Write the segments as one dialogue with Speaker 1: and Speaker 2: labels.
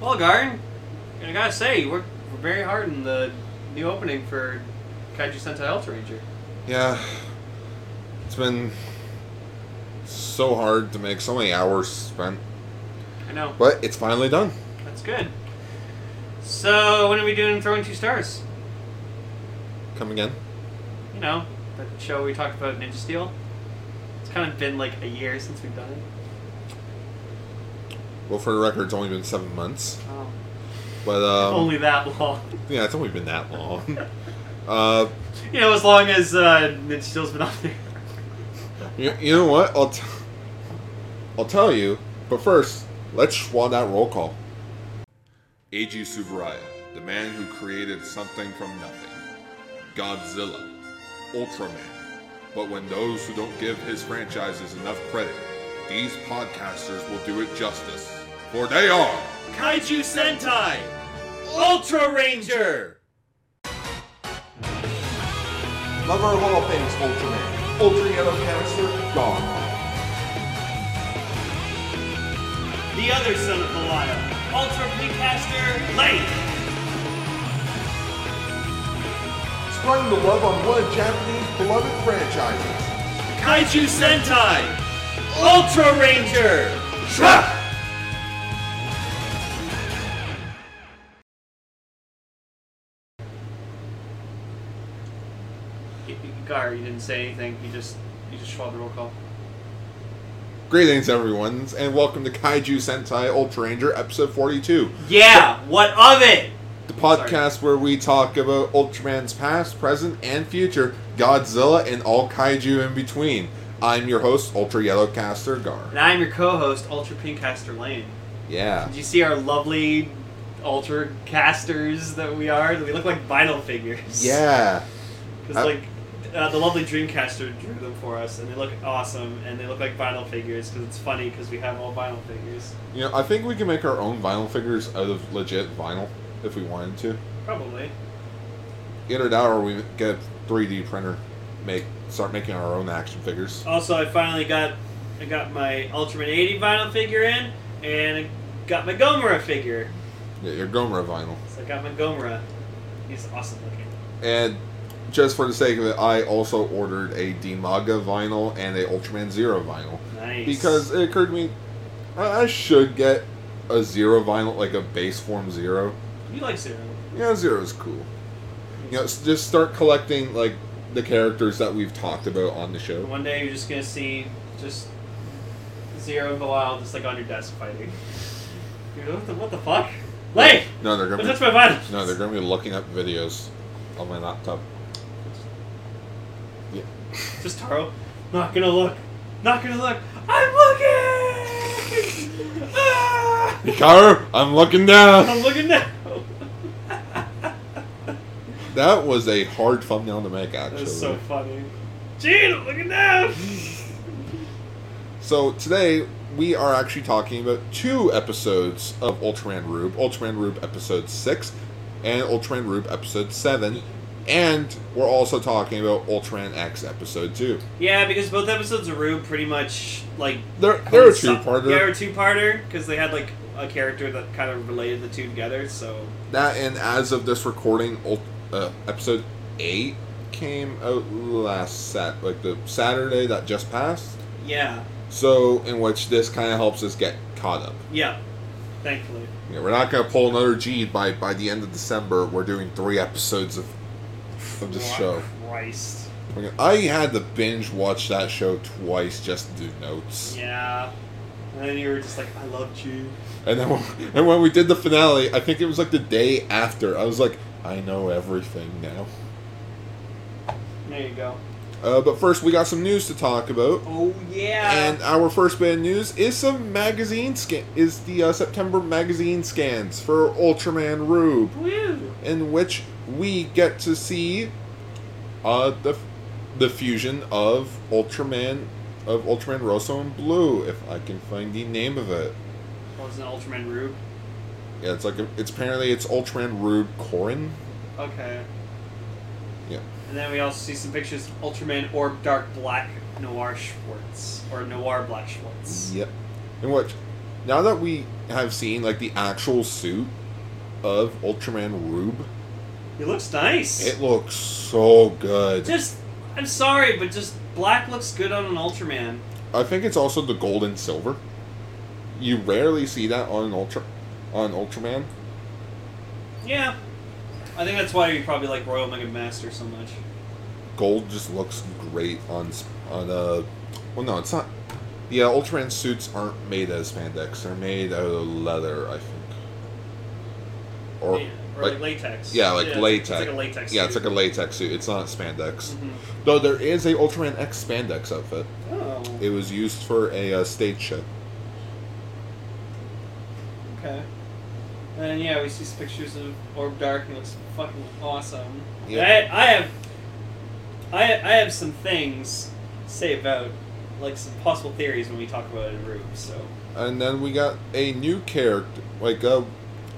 Speaker 1: Well, Garn, I gotta say, you worked very hard in the new opening for Kaiju Sentai Ultra Ranger.
Speaker 2: Yeah, it's been so hard to make so many hours spent,
Speaker 1: I know.
Speaker 2: but it's finally done.
Speaker 1: That's good. So, when are we doing Throwing Two Stars?
Speaker 2: Come again?
Speaker 1: You know, that show we talked about Ninja Steel? It's kind of been like a year since we've done it.
Speaker 2: Well, for the record, it's only been seven months,
Speaker 1: Oh,
Speaker 2: but um,
Speaker 1: only that long.
Speaker 2: yeah, it's only been that long. uh,
Speaker 1: You know, as long as uh, Ninja Steel's been on there.
Speaker 2: you, you know what? I'll t- I'll tell you, but first, let's schwa that roll call. Eiji Subaraya, the man who created something from nothing, Godzilla, Ultraman. But when those who don't give his franchises enough credit, these podcasters will do it justice, for they are.
Speaker 3: Kaiju Sentai Ultra Ranger.
Speaker 4: Love our Hall of Fame's Ultraman. Ultra Yellow Canister, gone.
Speaker 3: The other son of Malaya, Ultra Pinkcaster Lake.
Speaker 4: Spreading the love on one of Japanese beloved franchises.
Speaker 3: Kaiju Sentai Ultra Ranger.
Speaker 1: Gar, you didn't say anything. You just you just swallowed the roll call.
Speaker 2: Greetings, everyone, and welcome to Kaiju Sentai Ultra Ranger, episode 42.
Speaker 1: Yeah, what of it?
Speaker 2: The podcast where we talk about Ultraman's past, present, and future, Godzilla, and all kaiju in between. I'm your host, Ultra Yellowcaster Gar.
Speaker 1: And I'm your co-host, Ultra Pinkcaster Lane.
Speaker 2: Yeah.
Speaker 1: Did you see our lovely Ultra Casters that we are? We look like vinyl figures.
Speaker 2: Yeah.
Speaker 1: Because like uh, the lovely Dreamcaster drew them for us, and they look awesome, and they look like vinyl figures because it's funny because we have all vinyl figures.
Speaker 2: You know, I think we can make our own vinyl figures out of legit vinyl if we wanted to.
Speaker 1: Probably.
Speaker 2: Either that or we get a 3D printer, make start making our own action figures.
Speaker 1: Also, I finally got I got my Ultraman 80 vinyl figure in, and I got my Gomera figure.
Speaker 2: Yeah, your Gomera vinyl.
Speaker 1: So I got my Gomera. He's awesome looking.
Speaker 2: And just for the sake of it, I also ordered a Demaga vinyl and a Ultraman Zero vinyl.
Speaker 1: Nice.
Speaker 2: because it occurred to me I, I should get a zero vinyl, like a base form zero.
Speaker 1: you like Zero.
Speaker 2: Yeah, zero is cool. You know, s- just start collecting like the characters that we've talked about on the show.
Speaker 1: One day you're just gonna see just Zero and Belial just like on your desk fighting. You're like, what the, what the fuck? Lay!
Speaker 2: No, they're
Speaker 1: Don't
Speaker 2: gonna
Speaker 1: touch
Speaker 2: be,
Speaker 1: my vinyl!
Speaker 2: no, they're gonna be looking up videos on my laptop. Yeah.
Speaker 1: Just Taro. Not gonna look. Not gonna look. I'm looking! Ah!
Speaker 2: Hikaru, I'm looking down.
Speaker 1: I'm looking now.
Speaker 2: That was a hard thumbnail to make, actually.
Speaker 1: That's so funny. Gene, I'm looking now.
Speaker 2: So today we are actually talking about two episodes of Ultraman Rube, Ultraman Rube episode six, and Ultraman Rube episode seven, and we're also talking about Ultraman X episode two.
Speaker 1: Yeah, because both episodes of Rube pretty much like
Speaker 2: They're they're a
Speaker 1: some-
Speaker 2: two
Speaker 1: They're a
Speaker 2: parter.
Speaker 1: two-parter because they had like a character that kind of related the two together. So
Speaker 2: That and as of this recording, ult- uh, episode eight came out last sat like the Saturday that just passed.
Speaker 1: yeah,
Speaker 2: So in which this kind of helps us get caught up.
Speaker 1: yeah, thankfully.
Speaker 2: You know, we're not gonna pull another G by by the end of December. We're doing three episodes of of this
Speaker 1: Oh,
Speaker 2: show.
Speaker 1: Christ.
Speaker 2: We're gonna- I had to binge watch that show twice just to do notes.
Speaker 1: Yeah. And then you were just like, I loved you.
Speaker 2: And then when, and when we did the finale, I think it was like the day after. I was like, I know everything now.
Speaker 1: There you go.
Speaker 2: Uh, but first, we got some news to talk about.
Speaker 1: Oh yeah.
Speaker 2: And our first bit of news is some magazine scan. Is the uh, September magazine scans for Ultraman Rube.
Speaker 1: Woo.
Speaker 2: in which we get to see uh, the the fusion of Ultraman of Ultraman Rosso and Blue, if I can find the name of it.
Speaker 1: Well, it's an Oh, Ultraman Rube.
Speaker 2: Yeah, it's like a, it's apparently it's Ultraman Rube Corin.
Speaker 1: Okay.
Speaker 2: Yeah.
Speaker 1: And then we also see some pictures of Ultraman Orb Dark Black Noir Schwartz. Or Noir Black Schwartz.
Speaker 2: Yep. In which now that we have seen like the actual suit of Ultraman Rube,
Speaker 1: He looks nice.
Speaker 2: it looks so good.
Speaker 1: just, I'm sorry, but just black looks good on an Ultraman.
Speaker 2: I think it's also the gold and silver. You rarely see that on an Ultra, on Ultraman.
Speaker 1: Yeah. I think that's why you probably like Royal Mega Master so much.
Speaker 2: Gold just looks great on s- on uh, well no it's not. Yeah, Ultraman suits aren't made out of spandex. They're made out of leather, I think. Or
Speaker 1: yeah, or
Speaker 2: like-
Speaker 1: like, latex.
Speaker 2: Yeah, like latex.
Speaker 1: It's like a latex. Mm-hmm.
Speaker 2: Yeah, it's like a latex suit. It's not spandex. Though there is a Ultraman X spandex outfit.
Speaker 1: Oh,
Speaker 2: It was used for a uh, stage show.
Speaker 1: okay. And yeah, we see some pictures of Orb Dark. and He looks fucking awesome.
Speaker 2: Yeah.
Speaker 1: I, I have, I, I have some things to say about like some possible theories when we talk about it in Rube. So
Speaker 2: And then we got a new character. Like uh,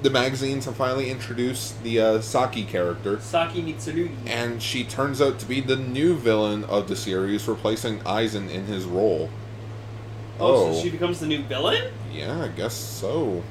Speaker 2: the magazines have finally introduced the uh, Saki character,
Speaker 1: Saki Mitsurugi.
Speaker 2: and she turns out to be the new villain of the series, replacing Aizen in his role.
Speaker 1: oh,
Speaker 2: Oh,
Speaker 1: so she becomes the new villain?
Speaker 2: yeah, I guess so.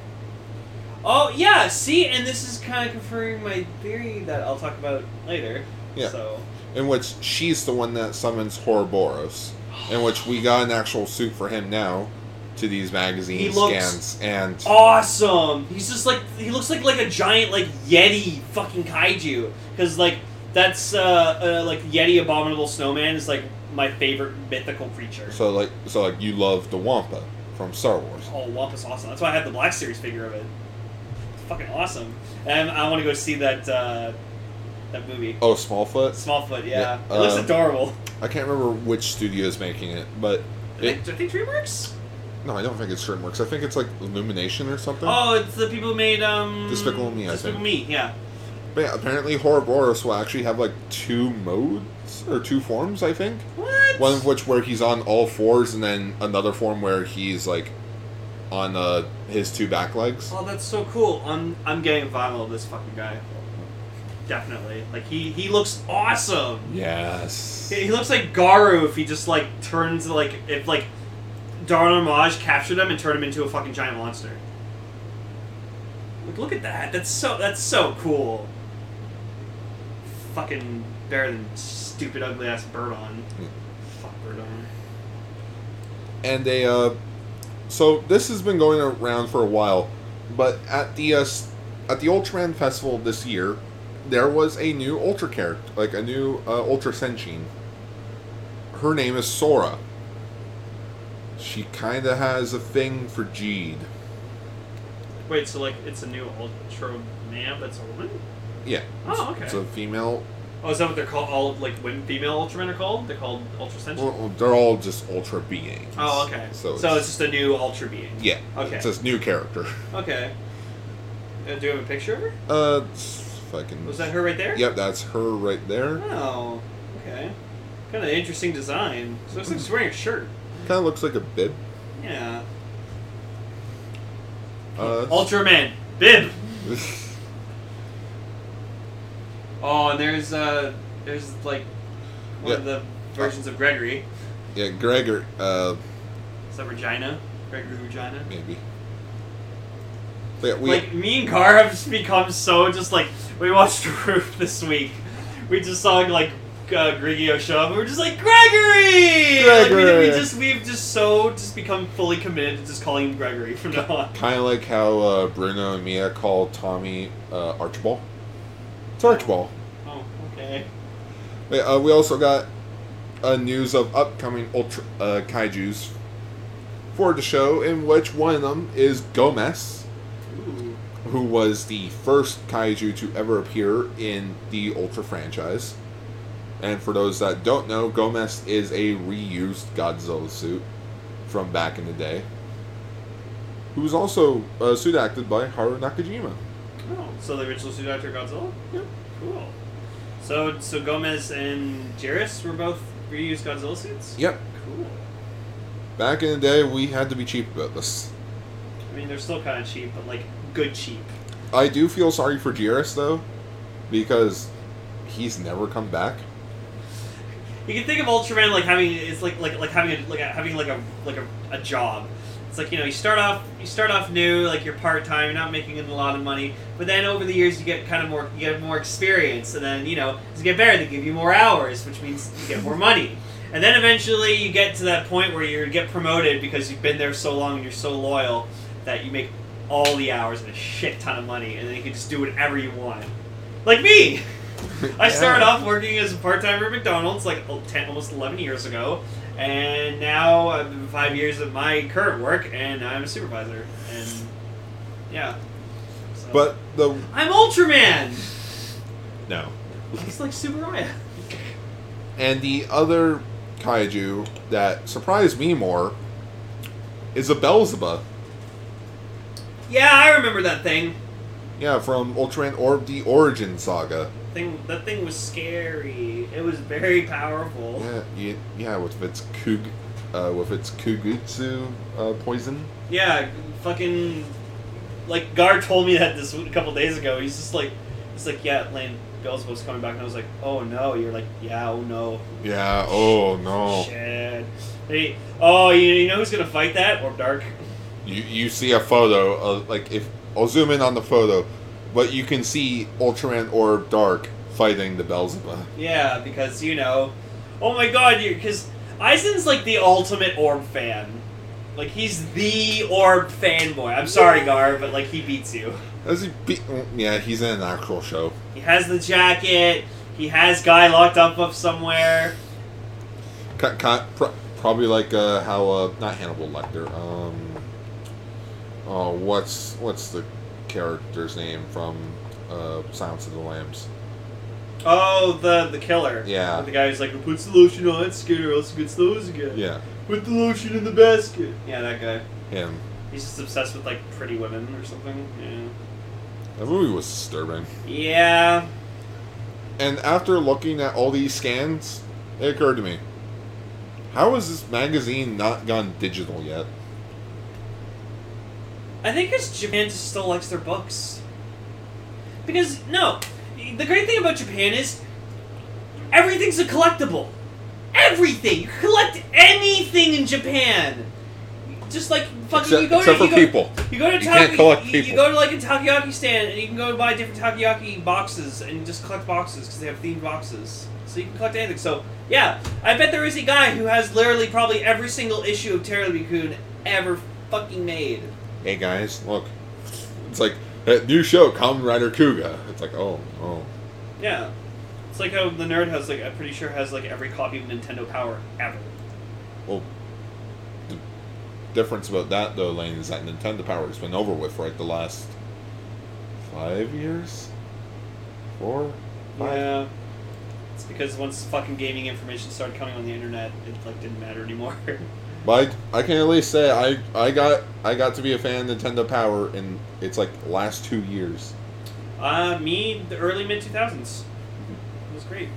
Speaker 1: Oh yeah. See, and this is kind of confirming my theory that I'll talk about later.
Speaker 2: Yeah.
Speaker 1: So
Speaker 2: In which she's the one that summons Horboros. In which we got an actual suit for him now to these magazine
Speaker 1: He looks-
Speaker 2: scans. And
Speaker 1: awesome. He's just like he looks like like a giant like yeti fucking kaiju because like that's uh, uh like yeti abominable snowman is like my favorite mythical creature.
Speaker 2: so like so like you love the Wampa from Star Wars.
Speaker 1: oh, Wampa's awesome. That's why I have the Black Series figure of it. It's fucking awesome. And I want to go see that uh, that movie.
Speaker 2: Oh, Smallfoot?
Speaker 1: Smallfoot, yeah,
Speaker 2: Yeah,
Speaker 1: it looks
Speaker 2: um,
Speaker 1: adorable.
Speaker 2: I can't remember which studio is making it, but
Speaker 1: I
Speaker 2: it,
Speaker 1: think, I think DreamWorks.
Speaker 2: no, I don't think it's DreamWorks. I think it's like Illumination or something.
Speaker 1: Oh, it's the people who made um.
Speaker 2: Despicable Me, I
Speaker 1: Despicable Me,
Speaker 2: think.
Speaker 1: yeah.
Speaker 2: But yeah, apparently Horboros will actually have like two modes or two forms, I think.
Speaker 1: What?
Speaker 2: One of which where he's on all fours, and then another form where he's like on uh, his two back legs.
Speaker 1: Oh, that's so cool. I'm I'm getting vinyl of this fucking guy. Definitely. Like he he looks awesome.
Speaker 2: Yes.
Speaker 1: He he looks like Garu if he just like turns like if like Darn Maj captured him and turned him into a fucking giant monster. Like look at that. That's so that's so cool. Fucking better than stupid ugly ass Birdon. Fuck Birdon.
Speaker 2: And they, uh, so this has been going around for a while, but at the uh, s- at the Ultraman Festival this year, there was a new Ultra character, like a new uh, Ultra Senshin. Her name is Sora. She kinda has a thing for Jade.
Speaker 1: Wait, so like it's a new Ultra Man that's a woman?
Speaker 2: Yeah.
Speaker 1: Oh, okay.
Speaker 2: It's a female.
Speaker 1: Oh, is that what they're called? All like when female Ultramen are called? They're called Ultra Sentient.
Speaker 2: Well, they're all just Ultra beings.
Speaker 1: oh, okay.
Speaker 2: So,
Speaker 1: it's, just a new Ultra being.
Speaker 2: yeah.
Speaker 1: Okay.
Speaker 2: It's this new character.
Speaker 1: Okay. Uh, do you have a picture of her?
Speaker 2: Uh, it's fucking.
Speaker 1: Was that her right there?
Speaker 2: Yep, that's her right there.
Speaker 1: Oh. Okay. Kind of interesting design. So it looks like she's wearing a shirt.
Speaker 2: Kind of looks like a bib.
Speaker 1: Yeah.
Speaker 2: Uh,
Speaker 1: Ultraman bib. Oh, and there's uh, there's like one of the versions of Gregory.
Speaker 2: yeah, Gregor. Uh,
Speaker 1: Is that Regina? Gregory Regina.
Speaker 2: maybe. But yeah, we.
Speaker 1: like me and Gar have just become so just like we watched Roof this week. We just saw like uh, Grigio show up. And we're just like Gregory. Like, we- we,
Speaker 2: Gregory.
Speaker 1: just we've just so just become fully committed to just calling him Gregory from now on.
Speaker 2: Kind of like how uh, Bruno and Mia call Tommy uh, Archibald. It's Archibald.
Speaker 1: Oh, okay.
Speaker 2: Wait, uh, we also got uh, news of upcoming ultra uh, kaiju's for the show, in which one of them is Gomez,
Speaker 1: Ooh.
Speaker 2: who was the first kaiju to ever appear in the Ultra franchise. And for those that don't know, Gomez is a reused Godzilla suit from back in the day, who was also uh, suit acted by Haru Nakajima.
Speaker 1: Oh, so the original suit actor Godzilla. Yep. Cool. So so Gomez and Jairus were both reused Godzilla suits.
Speaker 2: Yep.
Speaker 1: Cool.
Speaker 2: Back in the day, we had to be cheap about this.
Speaker 1: I mean, they're still kind of cheap, but like good cheap.
Speaker 2: I do feel sorry for Jairus though, because he's never come back.
Speaker 1: You can think of Ultraman like having it's like like like having a, like a, having like a like a, a job, It's like you know, you start off you start off new, like you're part time, you're not making a lot of money, but then over the years you get kind of more you get more experience, and then you know as you get better, they give you more hours, which means you get more money, and then eventually you get to that point where you get promoted because you've been there so long and you're so loyal that you make all the hours and a shit ton of money, and then you can just do whatever you want, like me. I started off working as a part timer at McDonald's like oh, 10, almost 11 years ago, and now I've been five years of my current work, and I'm a supervisor. And yeah. So-
Speaker 2: But the
Speaker 1: I'm Ultraman!
Speaker 2: no.
Speaker 1: It's like Super Raya.
Speaker 2: And the other kaiju that surprised me more is a Belzebub.
Speaker 1: Yeah, I remember that thing.
Speaker 2: Yeah, from Ultraman or the Origin Saga.
Speaker 1: thing. That thing was scary. It was very powerful.
Speaker 2: Yeah, yeah, yeah with its kug, uh, with its kugutsu uh, poison.
Speaker 1: Yeah, fucking. Like, Gar told me that this a couple days ago. He's just like, it's like, yeah, Lane Beelzebub's coming back. And I was like, oh no. You're like, yeah, oh no.
Speaker 2: Yeah. Oh no.
Speaker 1: Shit. They, oh, you, you know who's gonna fight that? Or Dark.
Speaker 2: You you see a photo of like if I'll zoom in on the photo, but you can see Ultraman Orb Dark fighting the Belzebub.
Speaker 1: Yeah, because you know, oh my God, you because Eisen's like the ultimate orb fan. Like he's the orb fanboy. I'm sorry, Gar, but like he beats you.
Speaker 2: Does he be- mm, yeah, he's in an actual show.
Speaker 1: He has the jacket. He has Guy locked up up somewhere.
Speaker 2: Ki- ki- pro- probably like uh, how uh, not Hannibal Lecter. Um, oh, what's what's the character's name from uh, Silence of the Lambs?
Speaker 1: Oh, the the killer.
Speaker 2: Yeah.
Speaker 1: The guy who's like, who puts the lotion on, scared or else it gets those again.
Speaker 2: Yeah,
Speaker 1: Put the lotion in the basket. Yeah, that guy.
Speaker 2: him.
Speaker 1: He's just obsessed with like pretty women or something. Yeah.
Speaker 2: That movie was disturbing.
Speaker 1: Yeah.
Speaker 2: And after looking at all these scans, it occurred to me, how has this magazine not gone digital yet?
Speaker 1: I think it's Japan just still likes their books. Because, no, the great thing about Japan is everything's a collectible. Everything! You can collect anything in Japan! Just like fucking
Speaker 2: Except,
Speaker 1: you go
Speaker 2: except
Speaker 1: to
Speaker 2: for
Speaker 1: you go,
Speaker 2: people.
Speaker 1: You go to
Speaker 2: You can't
Speaker 1: taki-
Speaker 2: collect
Speaker 1: you- You
Speaker 2: people.
Speaker 1: go to like a takoyaki stand and you can go buy different takoyaki boxes and just collect boxes because they have themed boxes. So you can collect anything. So yeah, I bet there is a guy who has literally probably every single issue of Terabikun ever fucking made.
Speaker 2: Hey guys, look. It's like, that new show, Kamen Rider Kuga. It's like, oh, oh.
Speaker 1: Yeah. It's like how the nerd has like I'm pretty sure has like every copy of Nintendo Power ever.
Speaker 2: Well, the difference about that, though, Lane, is that Nintendo Power has been over with, right? The last five years? Four? Five?
Speaker 1: Yeah. It's because once fucking gaming information started coming on the internet, it like didn't matter anymore.
Speaker 2: But I, I can at least say I, I got I got to be a fan of Nintendo Power in it's like the last two years.
Speaker 1: uh me the early mid two thousands. It was great.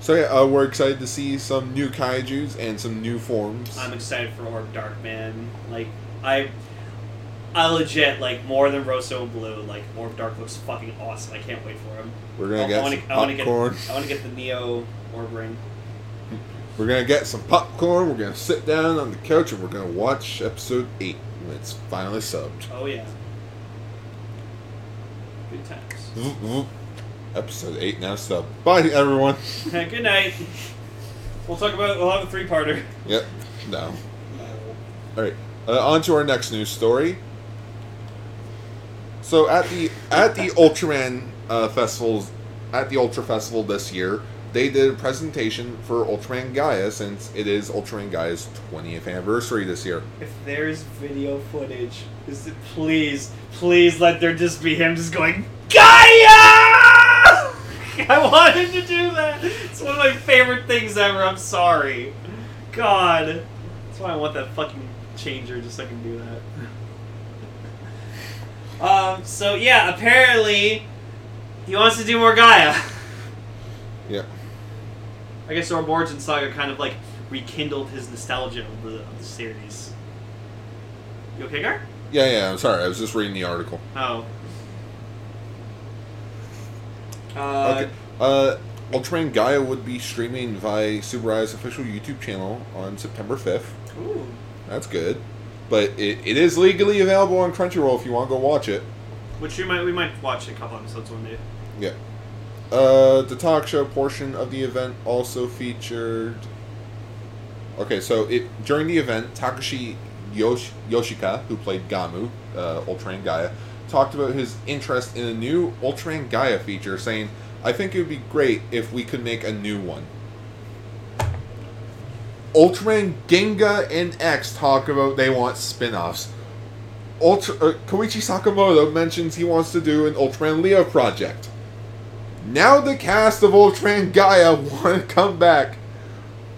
Speaker 2: So yeah, uh, we're excited to see some new kaiju's and some new forms.
Speaker 1: I'm excited for Orb Dark Man. Like I I legit like more than Rosso and Blue, like Orb Dark looks fucking awesome. I can't wait for him.
Speaker 2: we're gonna
Speaker 1: I-
Speaker 2: get
Speaker 1: I wanna,
Speaker 2: some
Speaker 1: I wanna get
Speaker 2: popcorn.
Speaker 1: I wanna get the Neo Orb Ring.
Speaker 2: We're gonna get some popcorn. We're gonna sit down on the couch and we're gonna watch episode eight when it's finally subbed.
Speaker 1: Oh yeah. Good times.
Speaker 2: Vroom, vroom. episode eight now subbed. Bye everyone.
Speaker 1: Good night. We'll talk about. We'll have a three-parter.
Speaker 2: Yep. No. All right. Uh, on to our next news story. So at the at the Ultraman uh, festivals at the Ultra Festival this year, they did a presentation for Ultraman Gaia since it is Ultraman Gaia's 20th anniversary this year.
Speaker 1: If there's video footage, is it please, please let there just be him just going Gaia. I wanted to do that. It's one of my favorite things ever. I'm sorry. God, that's why I want that fucking changer just so I can do that. um. So yeah, apparently, he wants to do more Gaia.
Speaker 2: Yeah.
Speaker 1: I guess Orb Origin Saga kind of like rekindled his nostalgia of the, of the series. You okay, Gar?
Speaker 2: Yeah, yeah. I'm sorry. I was just reading the article.
Speaker 1: Oh. Uh,
Speaker 2: okay. Uh, Ultraman Gaia would be streaming via Super Eye's official YouTube channel on September 5th.
Speaker 1: Ooh.
Speaker 2: That's good. But it, it is legally available on Crunchyroll if you want to go watch it.
Speaker 5: Which you might we might watch a couple episodes one day.
Speaker 2: Yeah. Uh, the talk show portion of the event also featured. Okay, so it during the event, Takashi Yosh- Yoshika, who played Gamu, uh, Ultraman Gaia, talked about his interest in a new Ultraman Gaia feature, saying, "I think it would be great if we could make a new one." Ultraman Genga and X talk about they want spin-offs. Ultra, uh, Koichi Sakamoto mentions he wants to do an Ultraman Leo project. Now the cast of Ultraman Gaia want to come back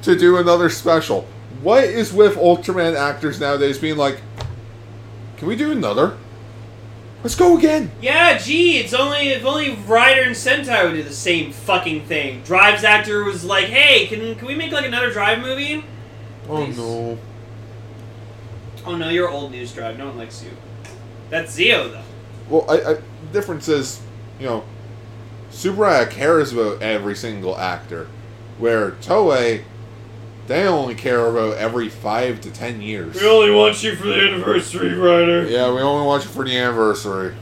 Speaker 2: to do another special. What is with Ultraman actors nowadays being like, can we do another? Let's go again.
Speaker 1: Yeah, gee, it's only if only Ryder and Sentai would do the same fucking thing. Drive's actor was like, "Hey, can can we make like another Drive movie?"
Speaker 2: Oh
Speaker 1: Please.
Speaker 2: no.
Speaker 1: Oh no, you're old news, Drive. No one likes you. That's Zio though.
Speaker 2: Well, I, I difference is, you know, Subaraya cares about every single actor, where Toei, they only care about every five to ten years.
Speaker 1: only want you for the anniversary, Ryder.
Speaker 2: Yeah, we only watch it for the anniversary.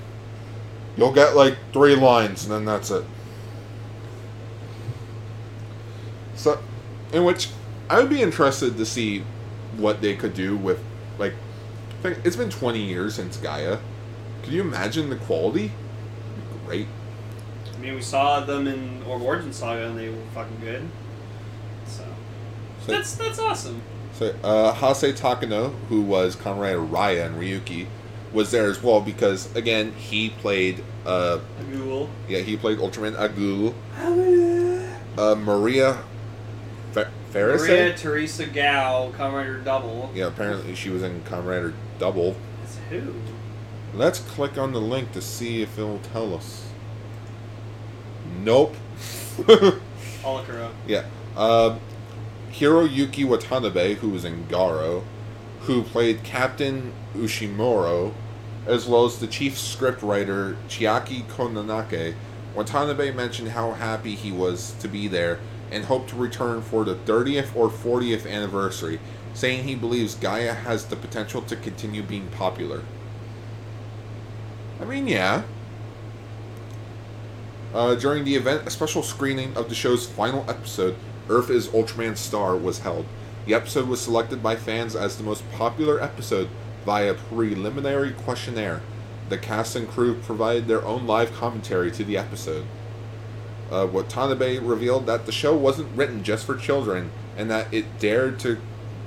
Speaker 2: You'll get like three lines, and then that's it. So, in which I would be interested to see what they could do with, like, I think it's been 20 years since Gaia. Could you imagine the quality? Great.
Speaker 1: I mean, we saw them in Origin Saga, and they were fucking good. So
Speaker 2: So-
Speaker 1: that's that's awesome.
Speaker 2: So, uh, Hase Takano, who was Comrade Raya and Ryuki, was there as well because, again, he played, uh,
Speaker 1: A ghoul.
Speaker 2: yeah, he played Ultraman Agul. Uh, Maria Fer- Ferris.
Speaker 1: Maria Teresa Gao, Comrade Double.
Speaker 2: Yeah, apparently she was in Comrade or Double.
Speaker 1: That's who?
Speaker 2: Let's click on the link to see if it'll tell us. Nope.
Speaker 1: Alakura.
Speaker 2: yeah. Uh, Hiroyuki Watanabe, who was in Garo, who played Captain Ushimuro, as well as the chief scriptwriter Chiaki Konanake. Watanabe mentioned how happy he was to be there and hoped to return for the 30th or 40th anniversary, saying he believes Gaia has the potential to continue being popular. I mean, yeah. Uh, during the event, a special screening of the show's final episode, Earth is Ultraman's Star, was held. The episode was selected by fans as the most popular episode via preliminary questionnaire. The cast and crew provided their own live commentary to the episode. Uh, Watanabe revealed that the show wasn't written just for children and that it dared to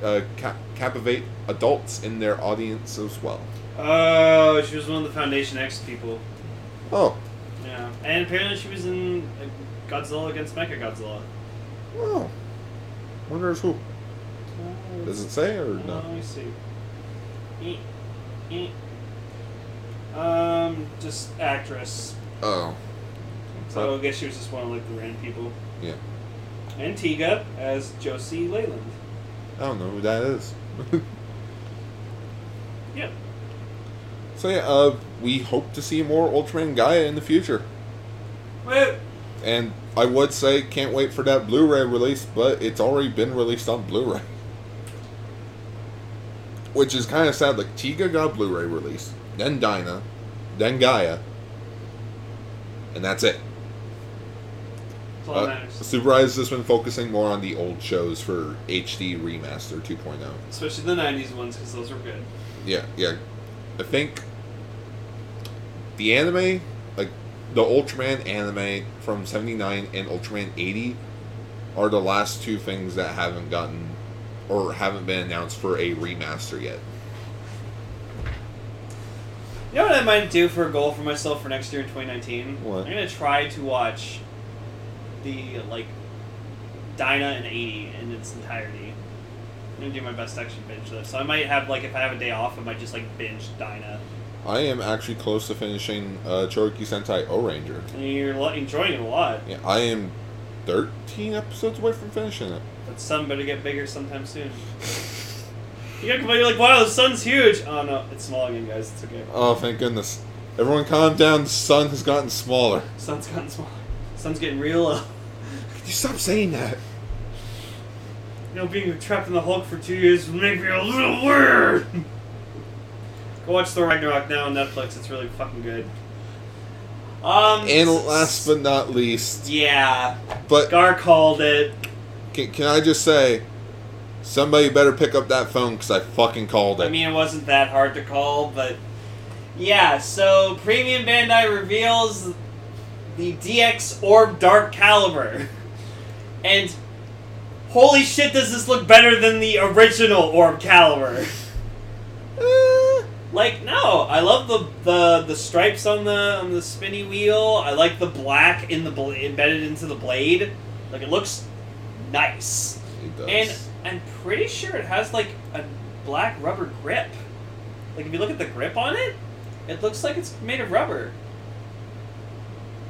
Speaker 2: uh, cap- captivate adults in their audience as well.
Speaker 1: Oh, she was one of the Foundation X people.
Speaker 2: Oh,
Speaker 1: Yeah, and apparently she was in uh, Godzilla against Mecha Godzilla.
Speaker 2: wow. Wonders who. Does it say or no?
Speaker 1: Let me see. Eh, eh. Um, just actress.
Speaker 2: Oh,
Speaker 1: So I guess she was just one of like the random people.
Speaker 2: yeah.
Speaker 1: And Tiga as Josie Leyland.
Speaker 2: I don't know who that is.
Speaker 1: Yeah.
Speaker 2: so yeah, uh, we hope to see more Ultraman Gaia in the future,
Speaker 1: Well,
Speaker 2: and I would say can't wait for that Blu-ray release, but it's already been released on Blu-ray, which is kind of sad. Like Tiga got a Blu-ray release, then Dinah, then Gaia, and that's it.
Speaker 1: that's all that
Speaker 2: Uh,
Speaker 1: matters.
Speaker 2: Superrise has been focusing more on the old shows for HD Remaster oh. 2.0.
Speaker 1: Especially the '90s ones because those were good.
Speaker 2: Yeah, yeah. I think the anime, like the Ultraman anime from '79 and Ultraman '80, are the last two things that haven't gotten or haven't been announced for a remaster yet.
Speaker 1: You know what I might do for a goal for myself for next year in 2019?
Speaker 2: What?
Speaker 1: I'm gonna try to watch the like Dinah and 80 in its entirety. I'm gonna do my best to actually binge this. So I might have like if I have a day off, I might just like binge Dinah.
Speaker 2: I am actually close to finishing uh, Choroki Sentai O Ranger.
Speaker 1: And you're lo- enjoying it a lot,
Speaker 2: Yeah, I am 13 episodes away from finishing it.
Speaker 1: but sun better get bigger sometime soon. You gotta come out, you're like, wow, the sun's huge. Oh no, it's small again, guys. It's okay.
Speaker 2: Oh, thank goodness! Everyone, calm down. The sun has gotten smaller.
Speaker 1: Sun's gotten smaller. Sun's getting real uh, low.
Speaker 2: Could you stop saying that?
Speaker 1: You know, being trapped in the Hulk for two years would make me a little weird.
Speaker 5: Go watch Thor Ragnarok now on Netflix. It's really fucking good.
Speaker 1: Um.
Speaker 2: And last but not least,
Speaker 1: yeah,
Speaker 2: but
Speaker 5: Gar called it.
Speaker 2: Can, can I just say, somebody better pick up that phone because I fucking called it.
Speaker 1: I mean, it wasn't that hard to call, but yeah. So Premium Bandai reveals the DX Orb Dark Caliber, and holy shit, does this look better than the original Orb Caliber?
Speaker 2: Eh,
Speaker 1: Like, no, I love the the the stripes on the on the spinny wheel. I like the black in the bl- embedded into the blade. Like, it looks nice.
Speaker 2: it does.
Speaker 1: And I'm pretty sure it has like a black rubber grip. Like if you look at the grip on it, it looks like it's made of rubber.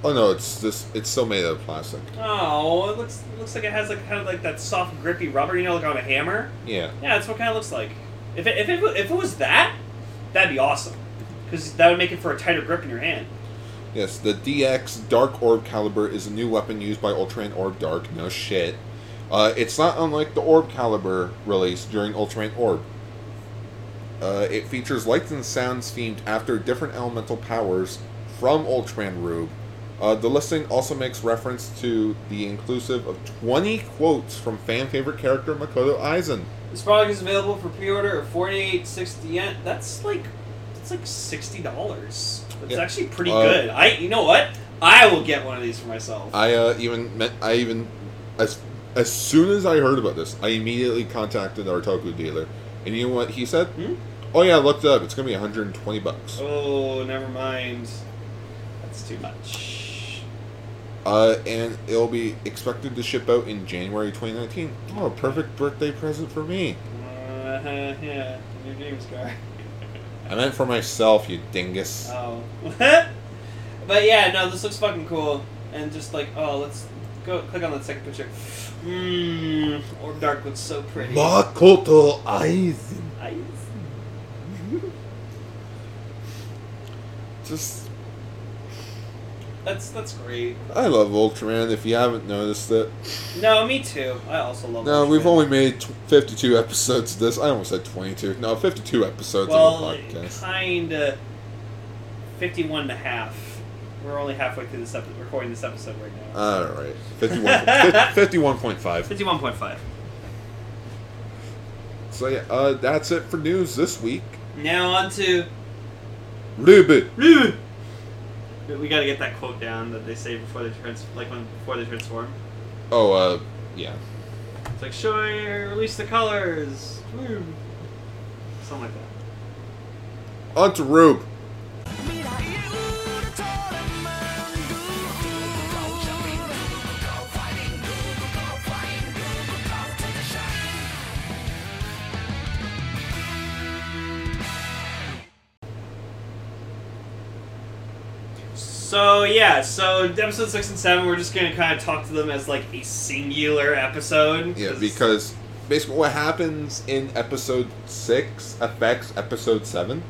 Speaker 2: oh no, it's this. It's still made out of plastic.
Speaker 1: Oh, it looks it looks like it has like kind of like that soft grippy rubber, you know, like on a hammer.
Speaker 2: Yeah.
Speaker 1: Yeah, that's what it kind of looks like. If it, if it if it was that, that'd be awesome. Because that would make it for a tighter grip in your hand.
Speaker 2: Yes, the DX Dark Orb Caliber is a new weapon used by Ultraman Orb Dark. No shit. Uh, it's not unlike the Orb Caliber release during Ultraman Orb. Uh, it features lights and sounds themed after different elemental powers from Ultraman Rube. Uh, the listing also makes reference to the inclusive of 20 quotes from fan favorite character Makoto Aizen.
Speaker 1: This product is available for pre-order at forty eight sixty yen. That's like that's like sixty dollars. That's
Speaker 2: Yeah.
Speaker 1: actually pretty
Speaker 2: Uh,
Speaker 1: good. I you know what? I will get one of these for myself.
Speaker 2: I uh, even met, I even as as soon as I heard about this, I immediately contacted our Toku dealer, and you know what he said?
Speaker 1: Hmm?
Speaker 2: Oh yeah, I looked it up. It's gonna be 120 bucks.
Speaker 5: Oh, never mind.
Speaker 1: That's too much.
Speaker 2: Uh, and it'll be expected to ship out in January 2019. Oh, perfect birthday present for me.
Speaker 5: Uh, yeah, your dreams, Gar.
Speaker 2: I meant for myself, you dingus.
Speaker 1: Oh. but yeah, no, this looks fucking cool. And just like, oh, let's go click on that second picture. Mmm, Orb Dark looks so pretty.
Speaker 2: Makoto Aizen.
Speaker 1: Eyes.
Speaker 2: Just,
Speaker 1: That's that's great.
Speaker 2: I love Ultraman. If you haven't noticed it,
Speaker 1: No, me too. I also love.
Speaker 2: no,
Speaker 1: Ultraman.
Speaker 2: we've only made tw 52 episodes of this. I almost said 22. No, 52 episodes
Speaker 1: well,
Speaker 2: of the podcast.
Speaker 1: kind of 51 and a half. We're only halfway through this episode, recording this episode right now.
Speaker 2: All right, 51.5.
Speaker 1: 51.5.
Speaker 2: so yeah, uh, that's it for news this week.
Speaker 1: Now on to
Speaker 2: Ruby.
Speaker 5: We gotta get that quote down that they say before they trans, like when before they transform.
Speaker 2: Oh, uh, yeah.
Speaker 5: It's like, Shoei, release the colors. Woo. Something like that.
Speaker 2: On to Rube.
Speaker 1: So yeah, so episode six and seven, we're just gonna kind of talk to them as like a singular episode.
Speaker 2: Yeah, because basically what happens in episode six affects episode seven.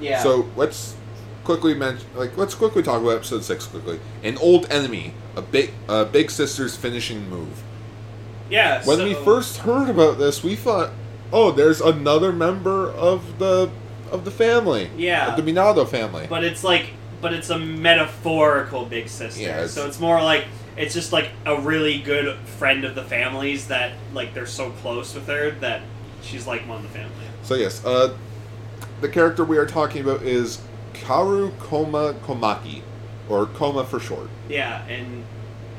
Speaker 1: yeah,
Speaker 2: So let's quickly mention, like, let's quickly talk about episode six quickly. An old enemy, a big, uh, big sister's finishing move.
Speaker 1: yeah.
Speaker 2: When
Speaker 1: so,
Speaker 2: we first heard about this, we thought, oh, there's another member of the of the family.
Speaker 1: Yeah.
Speaker 2: Of the Minato family.
Speaker 1: but it's like, but it's a metaphorical big sister.
Speaker 2: Yeah, it's-
Speaker 1: so it's more like it's just like a really good friend of the families that like they're so close with her that she's like one of the family.
Speaker 2: So yes, uh, the character we are talking about is Karu Koma Komaki, or Koma for short.
Speaker 1: Yeah, and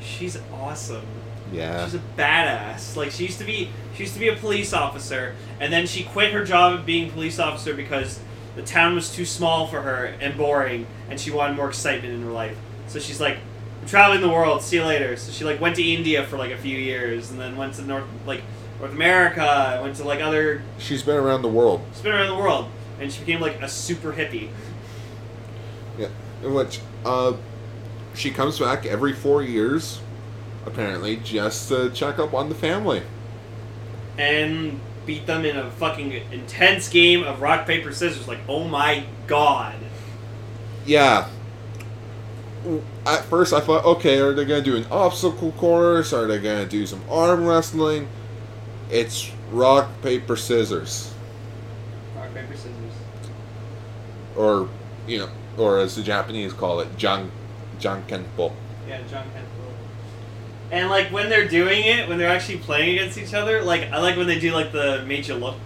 Speaker 1: she's awesome.
Speaker 2: Yeah.
Speaker 1: She's a badass. Like she used to be, she used to be a police officer, and then she quit her job of being police officer because the town was too small for her and boring, and she wanted more excitement in her life. So she's like, "I'm traveling the world. See you later." So she like went to India for like a few years, and then went to North like North America, went to like other
Speaker 2: She's been around the world.
Speaker 1: spin around the world, and she became like a super hippie.
Speaker 2: Yeah. In which, uh, she comes back every four years, apparently, just to check up on the family.
Speaker 1: and beat them in a fucking intense game of rock paper scissors. Like, oh my god.
Speaker 2: Yeah. At first, I thought, okay, are they going to do an obstacle course? Are they going to do some arm wrestling? It's rock, paper, scissors.
Speaker 1: Rock paper scissors.
Speaker 2: or you know, or as the Japanese call it, Jan Jankenpo.
Speaker 1: Yeah, John Kent Will. And like when they're doing it, when they're actually playing against each other, like I like when they do like the made you look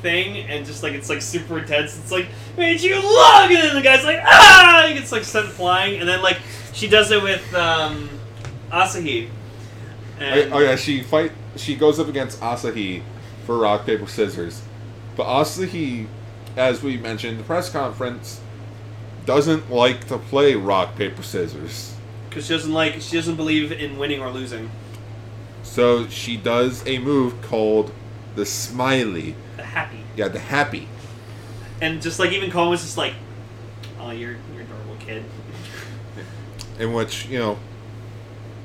Speaker 1: thing, and just like it's like super intense. It's like made you look, and then the guy's like ah, he gets like sent flying, and then like she does it with um, Asahi. And
Speaker 2: Oh yeah, she fight. She goes up against Asahi for rock paper scissors, but Asahi, as we mentioned in the press conference, doesn't like to play rock paper scissors.
Speaker 1: because she doesn't like she doesn't believe in winning or losing.
Speaker 2: So she does a move called the smiley.
Speaker 1: The happy,
Speaker 2: Yeah, the happy.
Speaker 1: and just like even Cohen was just like, oh, you're you're adorable kid.
Speaker 2: in which you know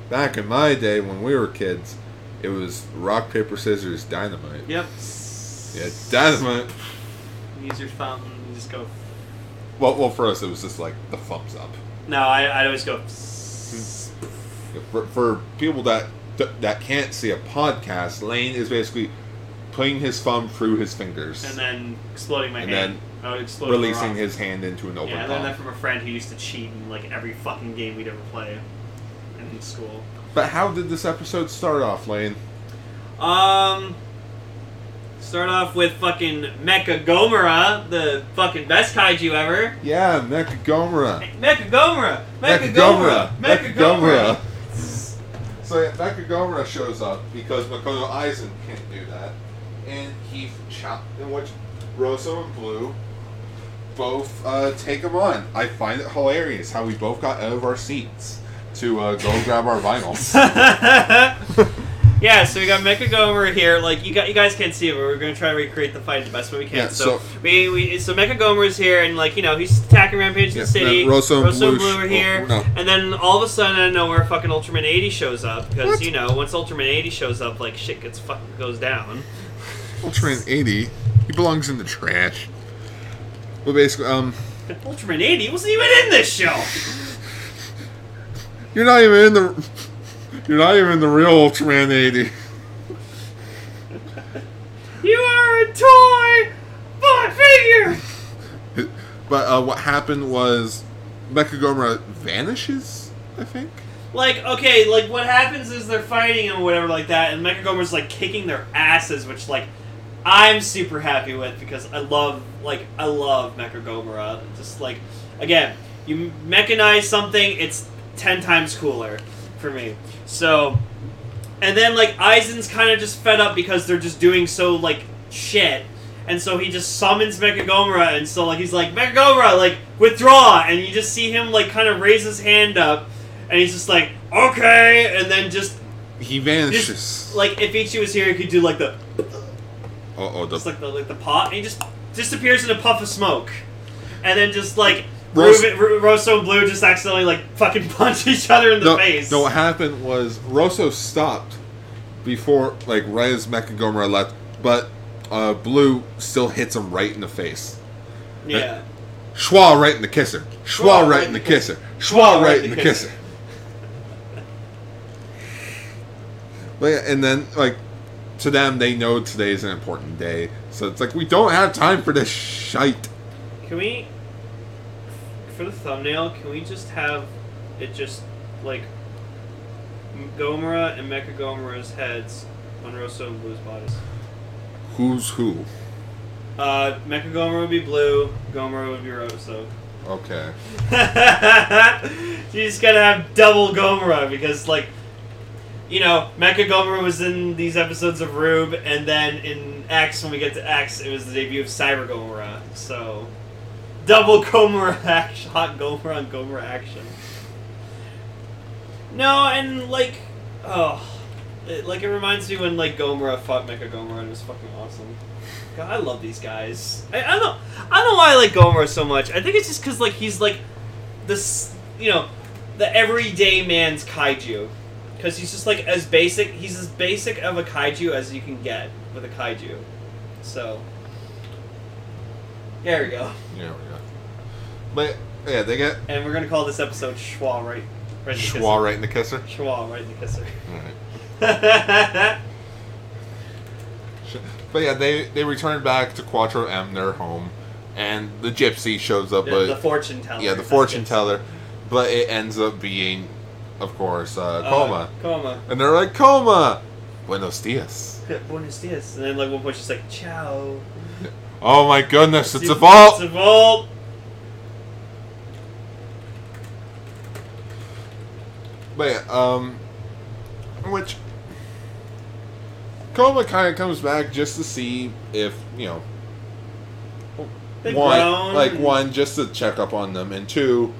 Speaker 2: back in my day when we were kids it was rock paper scissors dynamite
Speaker 1: Yep.
Speaker 2: yeah dynamite
Speaker 1: Use your thumb and just go.
Speaker 2: well, well for us it was just like the thumbs up
Speaker 1: No, I I always go.
Speaker 2: Hmm. for, for people that that can't see a podcast lane is basically putting his thumb through his fingers
Speaker 1: and then exploding my
Speaker 2: And
Speaker 1: hand.
Speaker 2: then
Speaker 1: I would explode the
Speaker 2: releasing
Speaker 1: rock.
Speaker 2: his hand into an open
Speaker 1: Yeah, I
Speaker 2: palm
Speaker 1: learned that from a friend who used to cheat in like every fucking game we'd ever play in school.
Speaker 2: but how did this episode start off lane
Speaker 1: Um, start off with fucking Mecha Gomera, the fucking best kaiju ever.
Speaker 2: yeah Nekagomera
Speaker 1: Mecha Gomera, Mecha Gomera,
Speaker 2: Nekagomera
Speaker 1: Mecha Gomera.
Speaker 2: So yeah, Nakagomura shows up because Makoto Aizen can't do that, and he chop in which Rosso and Blue both uh, take him on. I find it hilarious how we both got out of our seats to uh, go grab our vinyl.
Speaker 1: yeah, so we got Mecha Gomer here. Like you got, you guys can't see it, but we're gonna try to recreate the fight the best way we can.
Speaker 2: Yeah,
Speaker 1: so,
Speaker 2: so-
Speaker 1: we, we so Mecha Gomer's here, and like you know he's attacking Rampage in
Speaker 2: Yeah,
Speaker 1: the city.
Speaker 2: no, Rosso and Blue sh-
Speaker 1: are here,
Speaker 2: oh, no.
Speaker 1: and then all of a sudden out of nowhere, fucking Ultraman eighty shows up because
Speaker 2: What?
Speaker 1: you know once Ultraman eighty shows up, like shit gets fucking goes down.
Speaker 2: Ultraman eighty, he belongs in the trash. But basically, um,
Speaker 1: Ultraman eighty wasn't even in this show.
Speaker 2: you're not even in the, you're not even in the real Ultraman eighty.
Speaker 1: you are a toy, but figure.
Speaker 2: But uh, what happened was, Mekagomura vanishes. I think.
Speaker 1: Like, okay, like what happens is they're fighting and whatever like that, and Mecha Gomer's like kicking their asses, which like I'm super happy with because I love like I love Mecha Gomera. Just like again, you mechanize something, it's ten times cooler for me. So and then like Aizen's kind of just fed up because they're just doing so like shit. And so he just summons Megagomera, and so like he's like Megagomera, like withdraw, and you just see him like kind of raise his hand up, and he's just like okay, and then just
Speaker 2: He
Speaker 1: just
Speaker 2: vanishes.
Speaker 1: like if Ichi was here, he could do like the
Speaker 2: oh, oh, the
Speaker 1: just like the like the pot, and he just disappears in a puff of smoke, and then just like
Speaker 2: Ros-
Speaker 1: Ruben- Ru- Rosso and Blue just accidentally like fucking punch each other in the
Speaker 2: no,
Speaker 1: face.
Speaker 2: no, what happened was Rosso stopped before, like right as Mechagomera left, but uh, Blue still hits him right in the face.
Speaker 1: yeah.
Speaker 2: Schwa right in the kisser. Schwa right, in the kisser. Schwa right in the kisser. But yeah, and then like to them, they know today's an important day, so it's like we don't have time for this shite.
Speaker 1: Can we, for the thumbnail, can we just have it just like M- Gomera and Mecha Gomera's heads on Rosso and Blue's bodies?
Speaker 2: Who's who?
Speaker 1: Uh, Mecha Gomera would be blue, Gomera would be Rosso.
Speaker 2: Okay.
Speaker 1: you just gotta have double Gomera because, like, you know, Mecha Gomera was in these episodes of Rube, and then in X, when we get to X, it was the debut of Cyber Gomera. So, double Gomera action, hot Gomera on Gomera action. No, and like, oh, it, like it reminds me when like Gomera fought Mecha Gomera, and it was fucking awesome. God, I love these guys. I, I don't, I don't know why I like Gomera so much. I think it's just because like he's like this, you know, the everyday man's kaiju, because he's just like as basic. He's as basic of a kaiju as you can get with a kaiju. So, there we go.
Speaker 2: Yeah, we go. But yeah, they get
Speaker 1: And we're gonna call this episode Schwa, right? Right in the kisser.
Speaker 2: Schwa right in the kisser.
Speaker 1: Schwa, right in the kisser.
Speaker 2: Alright.
Speaker 1: yeah,
Speaker 2: Sh- But yeah, they they return back to Quattro M, their home, and the gypsy shows up,
Speaker 1: The,
Speaker 2: but
Speaker 1: the fortune teller.
Speaker 2: yeah, the
Speaker 1: that's
Speaker 2: fortune
Speaker 1: it.
Speaker 2: teller, but it ends up being, of course, uh,
Speaker 1: Uh,
Speaker 2: coma,
Speaker 1: Coma.
Speaker 2: and they're like coma, buenos dias.
Speaker 1: Buenos dias. And then like one point she's like, ciao.
Speaker 2: Oh my goodness, it's a
Speaker 1: It's
Speaker 2: vault.
Speaker 1: a vault.
Speaker 2: But yeah, um, which coma kind of comes back just to see if you know
Speaker 1: They've
Speaker 2: one,
Speaker 1: grown
Speaker 2: like
Speaker 1: and-
Speaker 2: one, just to check up on them, and two,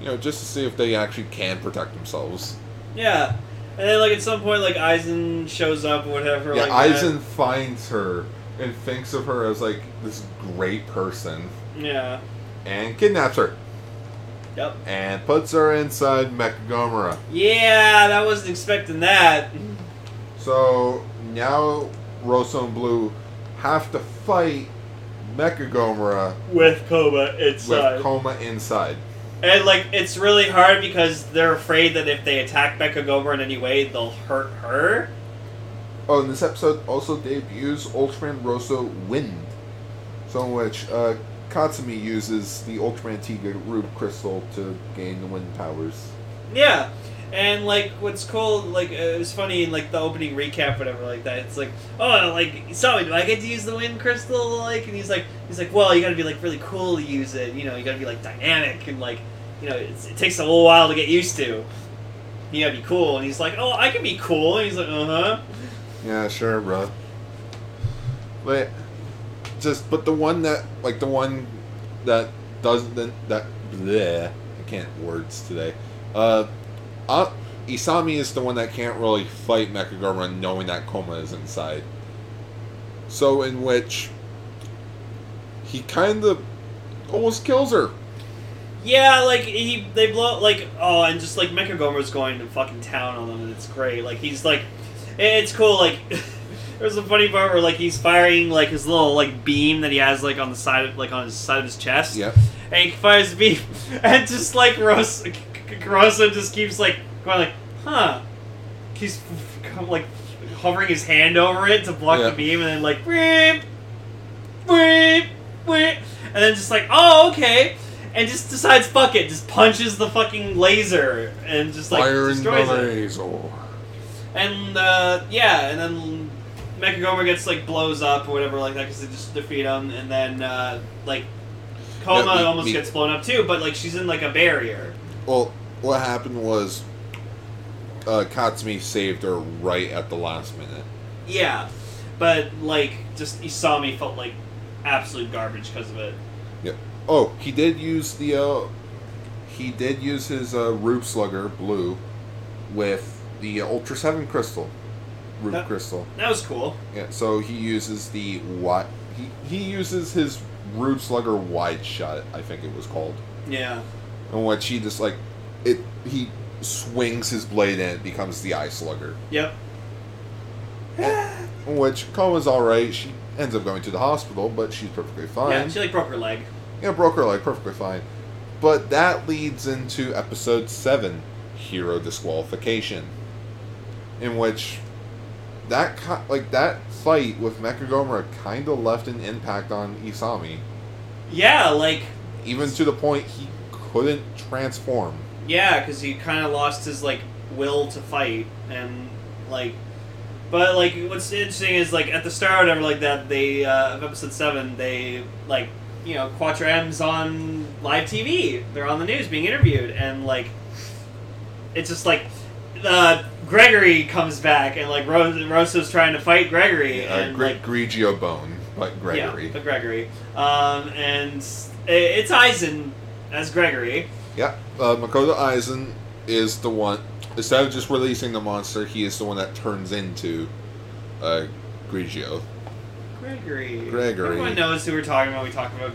Speaker 2: you know, just to see if they actually can protect themselves.
Speaker 1: Yeah. And then like at some point like Eisen shows up or whatever.
Speaker 2: yeah,
Speaker 1: like that.
Speaker 2: Aizen finds her and thinks of her as like this great person,
Speaker 1: Yeah.
Speaker 2: and kidnaps her
Speaker 1: Yep.
Speaker 2: and puts her inside Mechagomera.
Speaker 1: Yeah, I wasn't expecting that.
Speaker 2: So now Rosso and Blue have to fight Mechagomera
Speaker 1: With Coma
Speaker 2: with Coma inside.
Speaker 1: And like it's really hard because they're afraid that if they attack Becca Gomer in any way, they'll hurt her.
Speaker 2: Oh, and this episode also debuts Ultraman Rosso Wind, so in which uh, Katsumi uses the Ultraman Tiga Rube Crystal to gain the wind powers.
Speaker 1: Yeah. And like what's cool, like uh, it was funny in like the opening recap, whatever, like that. It's like, oh, like sorry, do I get to use the wind crystal? Like, and he's like, he's like, well, you got to be like really cool to use it. You know, you got to be like dynamic and like, you know, it's, it takes a little while to get used to. You got to be cool, and he's like, oh, I can be cool, and he's like, uh huh.
Speaker 2: Yeah, sure, bro. But just but the one that like the one that doesn't that bleh, I can't words today. Uh, uh Isami is the one that can't really fight Mechagorman knowing that Koma is inside. So in which he kind of almost kills her.
Speaker 1: Yeah, like he they blow like oh and just like Mecha Gomer's going to fucking town on them and it's great. Like he's like it's cool, like there's a funny part where like he's firing like his little like beam that he has like on the side of like on his side of his chest.
Speaker 2: Yep.
Speaker 1: And he fires the beam and just like Rosa K- K- Rosa just keeps like going like, huh. Keeps f- f- like hovering his hand over it to block
Speaker 2: Yeah.
Speaker 1: the beam and then like beep, beep, beep, and then just like, oh okay and just decides fuck it, just punches the fucking laser and just like
Speaker 2: Fire and
Speaker 1: destroys it.
Speaker 2: laser.
Speaker 1: And uh, yeah, and then Mechagomer gets like blows up or whatever like that because they just defeat him, and then uh, like Coma
Speaker 2: Yeah, we-
Speaker 1: almost
Speaker 2: we-
Speaker 1: gets blown up too, but like she's in like a barrier.
Speaker 2: Well, what happened was uh, Katsumi saved her right at the last minute.
Speaker 1: Yeah, but like just Isami felt like absolute garbage because of it.
Speaker 2: Oh, he did use the uh, he did use his uh, Rube Slugger blue with the Ultra Seven Crystal, Rube
Speaker 1: That-
Speaker 2: Crystal.
Speaker 1: That was cool.
Speaker 2: Yeah, so he uses the what he he uses his Rube Slugger wide shot. I think it was called,
Speaker 1: Yeah.
Speaker 2: and what she just like it he swings his blade and it becomes the Eye Slugger.
Speaker 1: Yep.
Speaker 2: in Which Koma's all right. She ends up going to the hospital, but she's perfectly fine.
Speaker 1: Yeah, she like broke her leg.
Speaker 2: Yeah, broke her leg perfectly fine. But that leads into episode seven, hero disqualification, in which that ki- like that fight with Mechagomera kind of left an impact on Isami,
Speaker 1: Yeah, like
Speaker 2: even to the point he couldn't transform.
Speaker 1: Yeah, because he kind of lost his like will to fight, and like, but like, what's interesting is like at the start, whatever, like that they uh, of episode seven, they like you know Quattro M's on live TV. They're on the news being interviewed, and like, it's just like uh, Gregory comes back, and like Ros- Rosso's trying to fight Gregory,
Speaker 2: Uh,
Speaker 1: and
Speaker 2: Gre-
Speaker 1: like
Speaker 2: Grigio Bone, but Gregory.
Speaker 1: yeah, but Gregory, um, and i- it's Eisen as Gregory.
Speaker 2: Yeah, uh, Makoto Aizen is the one. Instead of just releasing the monster, he is the one that turns into uh, Grigio.
Speaker 1: Gregory.
Speaker 2: Gregory.
Speaker 1: Everyone knows who we're talking about. We talk about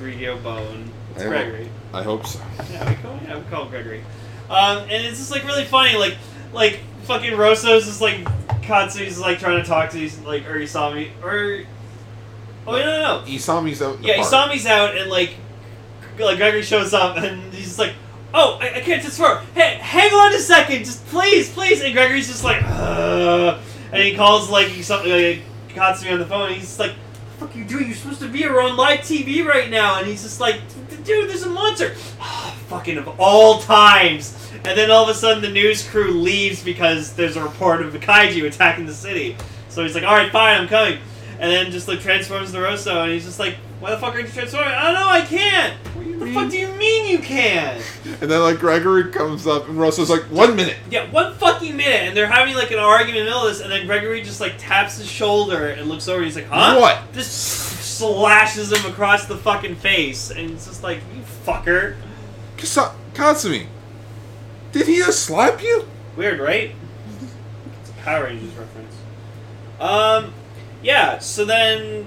Speaker 1: Grigio Bone. It's
Speaker 2: I hope-
Speaker 1: Gregory.
Speaker 2: I hope so.
Speaker 1: Yeah, we call, yeah, we call him Gregory. Um, and it's just like really funny, like like fucking Rosso's just like Katsu's like trying to talk to these like or Isami or Oh no no no.
Speaker 2: Isami's out. In the
Speaker 1: Yeah,
Speaker 2: park.
Speaker 1: Isami's out and like like Gregory shows up and he's just like Oh, I, I can't transfer. Hey, hang on a second, just please, please. And Gregory's just like, Ugh. and he calls like something like Katsumi on the phone. And he's just like, fuck are you doing? You're supposed to be here. We're on live TV right now. And he's just like, dude, there's a monster. Fucking of all times. And then all of a sudden the news crew leaves because there's a report of a kaiju attacking the city. So he's like, all right, fine, I'm coming. And then just like transforms the Rosso and he's just like, why the fuck are you transforming? I don't know, I can't. What, the fuck do you mean you can't?
Speaker 2: And then like Gregory comes up and Rosso's like, one minute.
Speaker 1: Yeah, one fucking minute, and they're having like an argument in the middle of this, and then Gregory just like taps his shoulder and looks over, and he's like, "Huh?
Speaker 2: What?"
Speaker 1: This slashes him across the fucking face, and it's just like, "You fucker."
Speaker 2: Kasa- Katsumi, did he just slap you?
Speaker 1: Weird, right? It's a Power Rangers reference. Um, yeah. So then,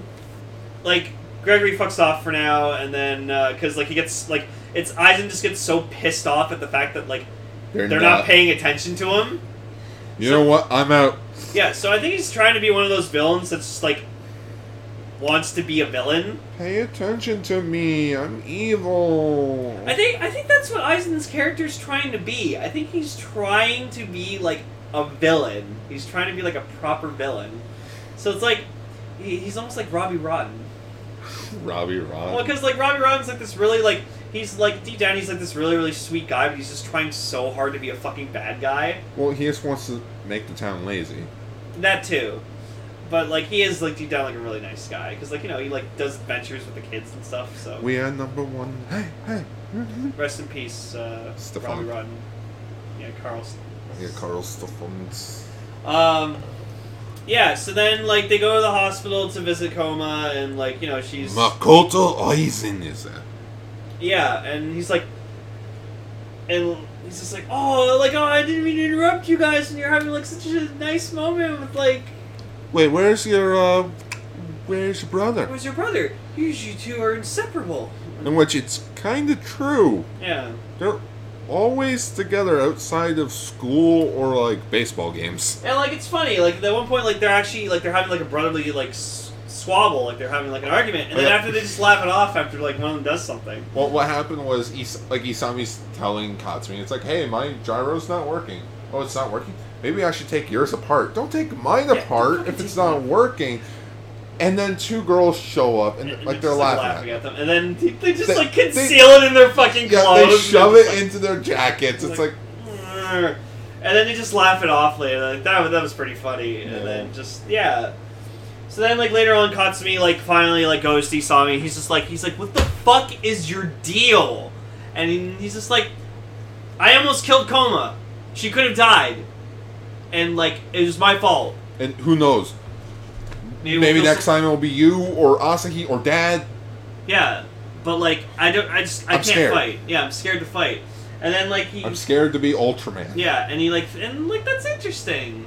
Speaker 1: like, Gregory fucks off for now, and then because like he gets like it's Aizen just gets so pissed off at the fact that like they're not paying attention to him.
Speaker 2: You know what? I'm out.
Speaker 1: Yeah, so I think he's trying to be one of those villains that's just like wants to be a villain.
Speaker 2: Pay attention to me. I'm evil.
Speaker 1: I think I think that's what Eisen's character's trying to be. I think he's trying to be like a villain. He's trying to be like a proper villain. So it's like he, he's almost like Robbie Rotten.
Speaker 2: Robbie Ron.
Speaker 1: Well, because like Robbie Rotten's like this really like he's like deep down he's like this really really sweet guy, but he's just trying so hard to be a fucking bad guy.
Speaker 2: well, he just wants to make the town lazy.
Speaker 1: That too. But like he is like deep down like a really nice guy because like you know he like does adventures with the kids and stuff. So
Speaker 2: We are number one. Hey, hey.
Speaker 1: Rest in peace, uh,
Speaker 2: Stefan.
Speaker 1: Robbie Rodden. Yeah, Carlson.
Speaker 2: Yeah, Carl Stephens.
Speaker 1: Um, yeah. So then, like, they go to the hospital to visit Coma, and like, you know, she's
Speaker 2: Makoto Aizen is that?
Speaker 1: yeah, and he's like, and he's just like, oh, like, oh, I didn't mean to interrupt you guys, and you're having like such a nice moment with like,
Speaker 2: Wait, where's your uh, where's your brother?
Speaker 1: where's your brother? You you two are inseparable.
Speaker 2: In which it's kind of true.
Speaker 1: Yeah.
Speaker 2: They're always together outside of school or like baseball games.
Speaker 1: And like it's funny, like at one point, like they're actually like they're having like a brotherly like s- swabble, like they're having like an argument, and then
Speaker 2: Yeah.
Speaker 1: after they just laugh it off after like one of them does something.
Speaker 2: Well, what happened was, Is- like Isami's telling Katsumi, it's like, hey, my gyro's not working. Oh, it's not working. Maybe I should take yours apart. Don't take mine
Speaker 1: don't
Speaker 2: apart
Speaker 1: fucking
Speaker 2: if it's
Speaker 1: take
Speaker 2: not working. And then two girls show up and, like they're
Speaker 1: just,
Speaker 2: laughing. at
Speaker 1: at them, and then they, they just
Speaker 2: They-
Speaker 1: like
Speaker 2: they-
Speaker 1: conceal it in their fucking
Speaker 2: it. Yeah,
Speaker 1: clothes.
Speaker 2: they shove
Speaker 1: and
Speaker 2: it
Speaker 1: it's
Speaker 2: into their jackets. It's like,
Speaker 1: like, "Grr." and then they just laugh it off later. Like that, was- that was pretty funny.
Speaker 2: Yeah.
Speaker 1: And then just yeah. So then, like later on, Katsumi like finally like goes to Isami. He's just like he's like, "What the fuck is your deal?" And he- he's just like, "I almost killed Koma. She could have died, and like it was my fault."
Speaker 2: and who knows?
Speaker 1: we'll
Speaker 2: Maybe
Speaker 1: feel
Speaker 2: next
Speaker 1: so-
Speaker 2: time it'll be you or Asahi or Dad.
Speaker 1: Yeah, but like I don't, I just I
Speaker 2: I'm
Speaker 1: can't
Speaker 2: scared.
Speaker 1: fight. Yeah, I'm scared to fight. And then like he,
Speaker 2: I'm scared to be Ultraman.
Speaker 1: yeah, and he like and like that's interesting.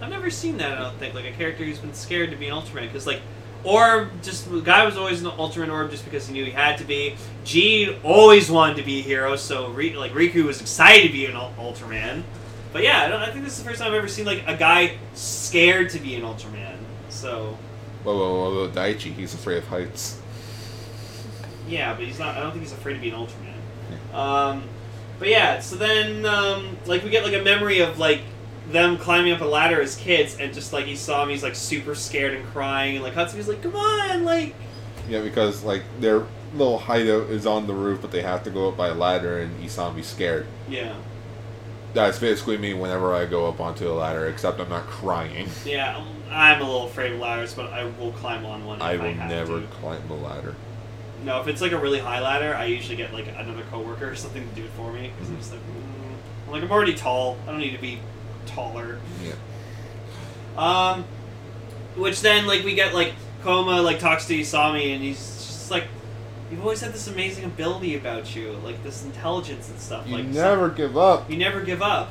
Speaker 1: I've never seen that. I don't think like a character who's been scared to be an Ultraman because like Orb just the guy was always an Ultraman Orb just because he knew he had to be. G always wanted to be a hero, so Ri- like Riku was excited to be an Ul- Ultraman. But yeah, I, don't, I think this is the first time I've ever seen like a guy scared to be an Ultraman. So
Speaker 2: Whoa, whoa, whoa, whoa, Daichi, he's afraid of heights.
Speaker 1: Yeah, but he's not. I don't think he's afraid to be an Ultraman. Um, but yeah, so then um, like we get like a memory of like them climbing up a ladder as kids, and just like he saw him, he's like super scared and crying, and like Hatsuki's like, "Come on, like."
Speaker 2: Yeah, because like their little hideout is on the roof, but they have to go up by a ladder, and Isami's scared.
Speaker 1: Yeah,
Speaker 2: That's basically me whenever I go up onto a ladder, except I'm not crying.
Speaker 1: yeah. I'm a little afraid of ladders, but I will climb on one. If I,
Speaker 2: I will
Speaker 1: have
Speaker 2: never
Speaker 1: to.
Speaker 2: climb the ladder.
Speaker 1: No, if it's like a really high ladder, I usually get like another coworker or something to do it for me because
Speaker 2: Mm-hmm.
Speaker 1: I'm just like, mm. I'm like I'm already tall. I don't need to be taller.
Speaker 2: Yeah.
Speaker 1: Um, which then like we get like Koma like talks to Isami and he's just like, you've always had this amazing ability about you, like this intelligence and stuff.
Speaker 2: You
Speaker 1: like
Speaker 2: never give up.
Speaker 1: you never give up.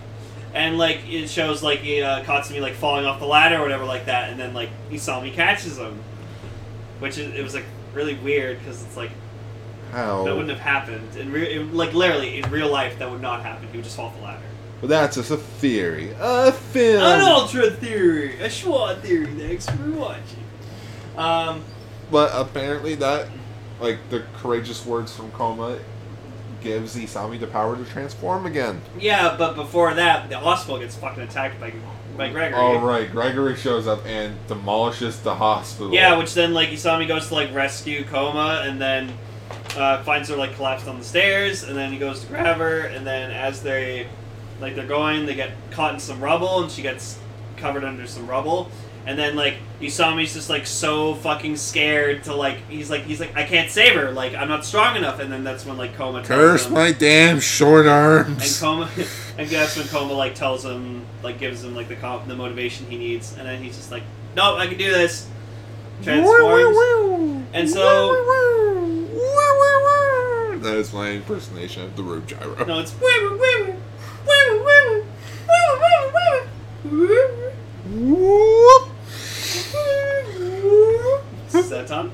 Speaker 1: And like it shows like uh, Katsumi like falling off the ladder or whatever like that, and then like Isami catches him, which is, it was like really weird because it's like that
Speaker 2: How?
Speaker 1: wouldn't have happened in, re- in like literally in real life that would not happen. He would just fall off the ladder.
Speaker 2: But that's just a theory. A film.
Speaker 1: An ultra theory, a schwa theory. Next, we're watching. Um,
Speaker 2: But apparently that, like the courageous words from Coma, gives Isami the power to transform again.
Speaker 1: Yeah, but before that, the hospital gets fucking attacked by by Gregory.
Speaker 2: All Oh, right, Gregory shows up and demolishes the hospital.
Speaker 1: Yeah, which then like Isami goes to like rescue Coma, and then uh, finds her like collapsed on the stairs, and then he goes to grab her, and then as they like they're going, they get caught in some rubble, and she gets covered under some rubble, and then like Isami's just like so fucking scared to like he's like he's like I can't save her, like I'm not strong enough, and then that's when like Coma tells
Speaker 2: Curse
Speaker 1: him-
Speaker 2: my damn short
Speaker 1: and
Speaker 2: arms.
Speaker 1: Coma, and that's when Coma like tells him, like gives him like the comp, the motivation he needs, and then he's just like, "Nope, I can do this." Transforms. And so-
Speaker 2: That is my impersonation of the Road Gyro.
Speaker 1: No, it's "Woo, woo, woo, woo, woo, woo, woo, woo, woo, woo,
Speaker 2: Whoop.
Speaker 1: woo." Is that Tom?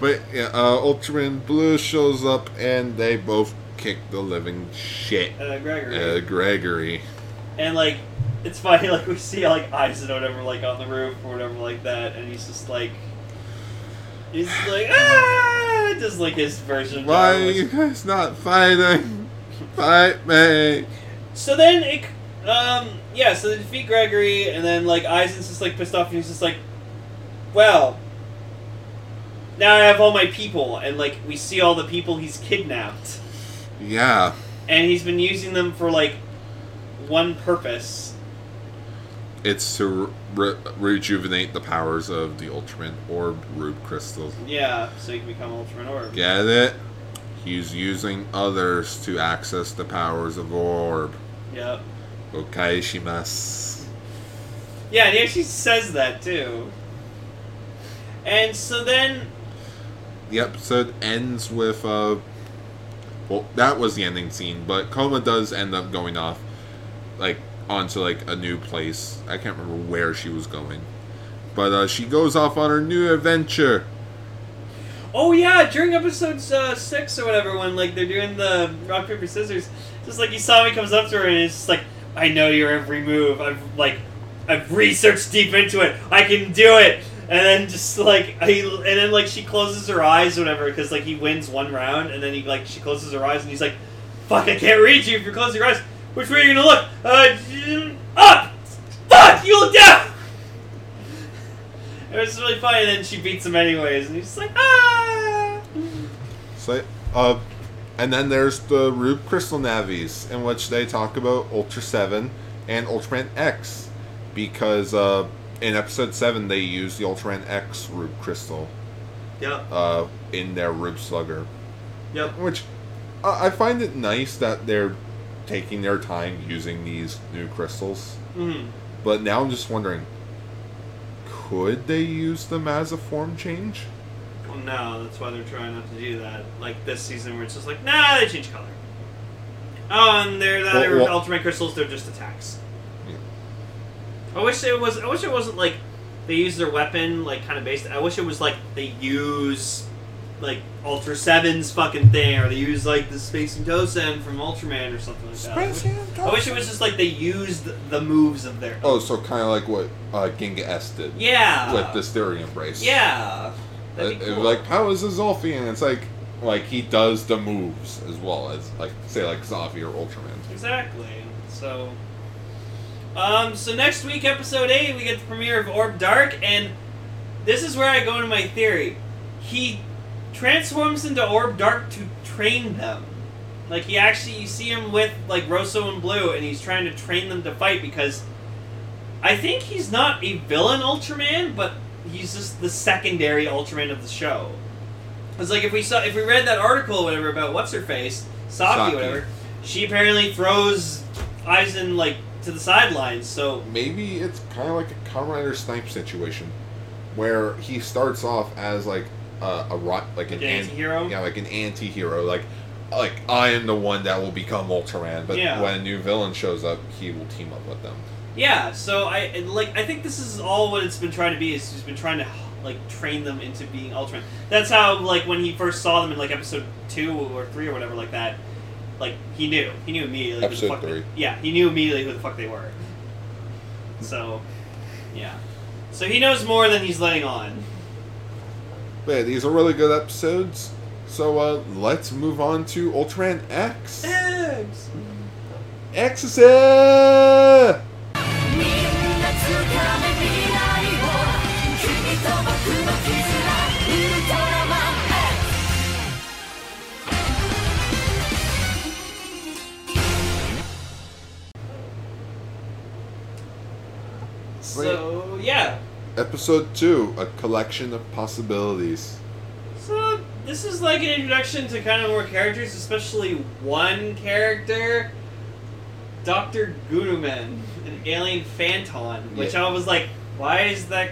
Speaker 2: But yeah, uh, Ultraman Blue shows up and they both kick the living shit
Speaker 1: Uh, Gregory.
Speaker 2: out of Gregory.
Speaker 1: and like it's funny like we see like eyes or whatever like on the roof or whatever like that and he's just like he's just like ah just like his version of
Speaker 2: Why are
Speaker 1: Jarvis.
Speaker 2: you guys not fighting? Fight me!
Speaker 1: so then it um yeah so they defeat Gregory and then like Eisen's just like pissed off and he's just like well now I have all my people and like we see all the people he's kidnapped
Speaker 2: Yeah,
Speaker 1: and he's been using them for like one purpose
Speaker 2: it's to re- rejuvenate the powers of the Ultraman Orb Rube Crystal.
Speaker 1: yeah so he can become Ultraman Orb
Speaker 2: Get it? He's using others to access the powers of Orb.
Speaker 1: yep
Speaker 2: Okay, shimasu.
Speaker 1: Yeah, and he actually says that too. And so then,
Speaker 2: the episode ends with uh well that was the ending scene but coma does end up going off like onto like a new place i can't remember where she was going but uh she goes off on her new adventure
Speaker 1: oh yeah, during episodes uh, six or whatever, when like they're doing the rock paper scissors, just like Isami comes up to her and is just like, "I know your every move. I've like, I've researched deep into it. I can do it." And then just like he, and then like she closes her eyes or whatever, because like he wins one round, and then he like she closes her eyes and he's like, "Fuck, I can't read you if you're closing your eyes. Which way are you gonna look? Uh, up. Fuck, you look down." It was really funny, and then she beats him anyways, and he's like, ah!
Speaker 2: so uh and then there's the rube crystal navies in which they talk about ultra 7 and ultraman x because uh in episode 7 they use the ultraman x rube crystal
Speaker 1: Yep,
Speaker 2: uh in their rube slugger
Speaker 1: yep.
Speaker 2: Which I I find it nice that they're taking their time using these new crystals.
Speaker 1: hmm
Speaker 2: But now I'm just wondering could they use them as a form change?
Speaker 1: Well, no, that's why they're trying not to do that. Like this season, where it's just like, nah, they change color. Oh, and they're not
Speaker 2: Well,
Speaker 1: they're
Speaker 2: well-
Speaker 1: ultimate crystals; they're just attacks.
Speaker 2: Yeah.
Speaker 1: I wish it was. I wish it wasn't like they use their weapon, like kind of based. I wish it was like they use like Ultra Seven's fucking thing, or they use like the Space Sentosa from Ultraman or something like that. I wish- I wish it was just like they used the moves of their.
Speaker 2: Oh, so kind of like what uh, Ginga S did
Speaker 1: Yeah.
Speaker 2: with the Styrian brace.
Speaker 1: Yeah.
Speaker 2: Uh,
Speaker 1: That'd be
Speaker 2: it-
Speaker 1: cool.
Speaker 2: Like, how is a Zolfian? It's like, like he does the moves as well as, like, say, like Zavi or Ultraman.
Speaker 1: exactly. So. Um. So next week, episode eight, we get the premiere of Orb Dark, and this is where I go into my theory. He transforms into Orb Dark to train them. Like he actually, you see him with like Rosso and Blue, and he's trying to train them to fight because I think he's not a villain Ultraman, but he's just the secondary Ultraman of the show. It's like if we saw if we read that article or whatever about what's her face Saki
Speaker 2: Saki.
Speaker 1: or whatever, she apparently throws Aizen like to the sidelines. So
Speaker 2: maybe it's kind of like a Kamen Rider Snipe situation, where he starts off as like a, a rot, like an
Speaker 1: An anti-hero?
Speaker 2: yeah, like an anti-hero, like like I am the one that will become Ultraman. But
Speaker 1: Yeah.
Speaker 2: when a new villain shows up, he will team up with them.
Speaker 1: yeah, so I and, like I think this is all what it's been trying to be. Is he's been trying to like train them into being Ultraman. That's how like when he first saw them in like episode two or three or whatever like that. Like he knew, he knew immediately. who
Speaker 2: Episode
Speaker 1: the fuck
Speaker 2: three.
Speaker 1: They, yeah, he knew immediately who the fuck they were. So, yeah, so he knows more than he's letting on.
Speaker 2: But yeah, these are really good episodes. So uh, let's move on to Ultraman X.
Speaker 1: Eh,
Speaker 5: Eggs.
Speaker 2: X is it!
Speaker 6: みんな掴め未来を君と僕の絆ウルトラマン X
Speaker 1: So yeah,
Speaker 2: Episode 2 A Collection of Possibilities.
Speaker 1: so this is like an introduction to kind of more characters, especially one character, Doctor Gunuman, an alien phantom, which I was like, why is that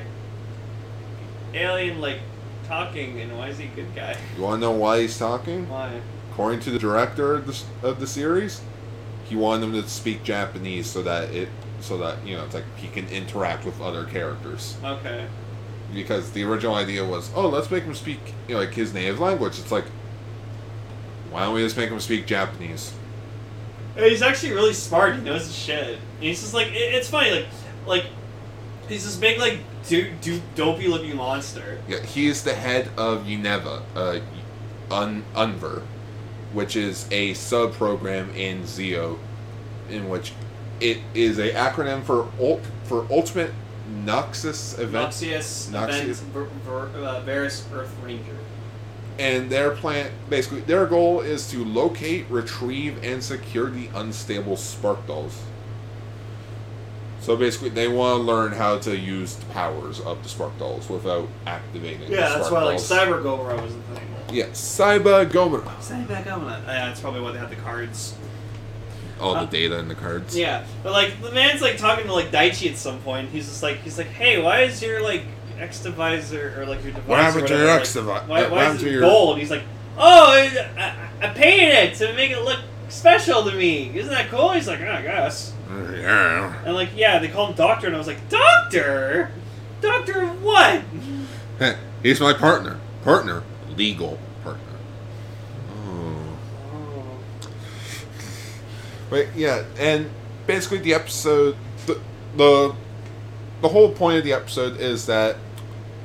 Speaker 1: alien like talking, and why is he a good guy?
Speaker 2: You want to know why he's talking?
Speaker 1: Why?
Speaker 2: According to the director of the, of the series, he wanted him to speak Japanese so that it so that you know it's like he can interact with other characters
Speaker 1: Okay.
Speaker 2: because the original idea was oh let's make him speak you know, like his native language it's like why don't we just make him speak japanese
Speaker 1: Uh, He's actually really smart. He knows his shit. And he's just like it, it's funny, like like he's this big like do do dopey looking monster.
Speaker 2: Yeah, he is the head of UNEVA, uh, Un- UNVER, which is a sub program in Zeo, in which it is a acronym for ult- for Ultimate Noxus Event,
Speaker 1: Noxious,
Speaker 2: Noxious.
Speaker 1: Event, Ver, Ver, uh, Varus Earth Ranger.
Speaker 2: and their plan basically their goal is to locate, retrieve, and secure the unstable spark dolls. So basically, they want to learn how to use the powers of the spark dolls without activating. the
Speaker 1: Yeah, that's
Speaker 2: spark
Speaker 1: why like
Speaker 2: dolls.
Speaker 1: Cyber Gomora was the thing.
Speaker 2: Yeah, Cyber Gomera.
Speaker 1: Cyber Gomora. Yeah, that's probably why they had the cards.
Speaker 2: all
Speaker 1: Uh,
Speaker 2: the data in the cards.
Speaker 1: Yeah, but like the man's like talking to like Daichi at some point. He's just like he's like, hey, why is your like X device or, or like your device? or
Speaker 2: happened to your
Speaker 1: whatever,
Speaker 2: X
Speaker 1: like,
Speaker 2: devi-
Speaker 1: Why, why
Speaker 2: uh, what happened
Speaker 1: is
Speaker 2: to
Speaker 1: it
Speaker 2: your-
Speaker 1: gold? He's like, oh, it, I, I I painted it to make it look special to me. Isn't that cool? He's like, oh, I guess.
Speaker 2: Yeah.
Speaker 1: And like, yeah, they call him Doctor, and I was like, Doctor, Doctor of what?
Speaker 2: Hey, he's my partner. Partner. Legal partner. Oh. But yeah, and basically the episode, the, the, the whole point of the episode is that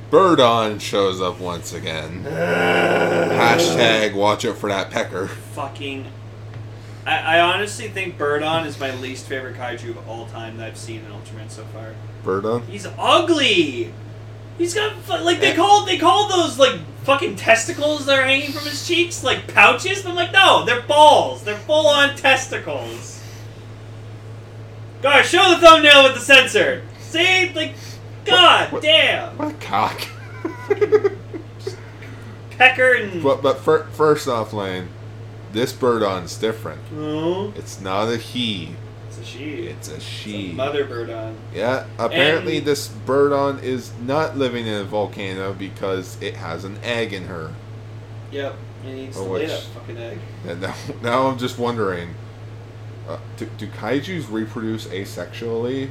Speaker 2: Birdon shows up once again. Hashtag watch out for that pecker.
Speaker 1: Fucking. I, I honestly think Birdon is my least favorite kaiju of all time that I've seen in Ultraman so far.
Speaker 2: Birdon?
Speaker 1: He's ugly. He's got fu- like they call they call those like fucking testicles that are hanging from his cheeks like pouches. But I'm like, no, they're balls. They're full on testicles. Guys, show the thumbnail with the sensor. See, like, god
Speaker 2: What- what-
Speaker 1: damn,
Speaker 2: What a cock.
Speaker 1: pecker and.
Speaker 2: but but fir- first off, Lane, this Birdon's different.
Speaker 1: No,
Speaker 2: It's not a he,
Speaker 1: it's a she.
Speaker 2: it's a she.
Speaker 1: It's a mother Birdon.
Speaker 2: Yeah, apparently
Speaker 1: And-
Speaker 2: this birdon is not living in a volcano because it has an egg in her.
Speaker 1: Yep, and he needs
Speaker 2: Oh,
Speaker 1: to lay
Speaker 2: which-
Speaker 1: that fucking egg.
Speaker 2: And now, now I'm just wondering, uh, do, do kaiju's reproduce asexually,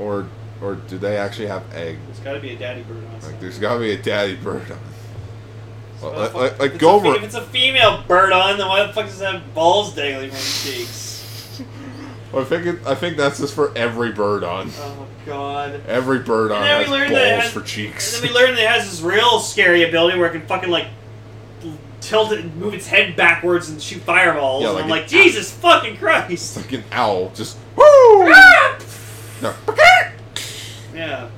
Speaker 2: or or do they actually have egg?
Speaker 1: There's got to be a daddy bird on
Speaker 2: Like,
Speaker 1: something.
Speaker 2: there's gotta be a daddy birdon.
Speaker 1: What
Speaker 2: Well,
Speaker 1: the
Speaker 2: like-
Speaker 1: fuck-
Speaker 2: like- like
Speaker 1: if it's
Speaker 2: Gomer-
Speaker 1: a fe- If it's a female bird on, then why the fuck does it have balls dangling from its cheeks?
Speaker 2: I think it, I think that's just for every birdon.
Speaker 1: Oh god.
Speaker 2: Every birdon
Speaker 1: And then we
Speaker 2: Uh, has
Speaker 1: learned that it
Speaker 2: balls
Speaker 1: has-
Speaker 2: for
Speaker 1: And
Speaker 2: cheeks.
Speaker 1: then we learned that it has this real scary ability where it can fucking like tilt it and move its head backwards and shoot fireballs.
Speaker 2: Yeah,
Speaker 1: and
Speaker 2: like
Speaker 1: I'm
Speaker 2: it-
Speaker 1: like, Jesus fucking Christ.
Speaker 2: like an owl, just woo. no.
Speaker 1: Yeah.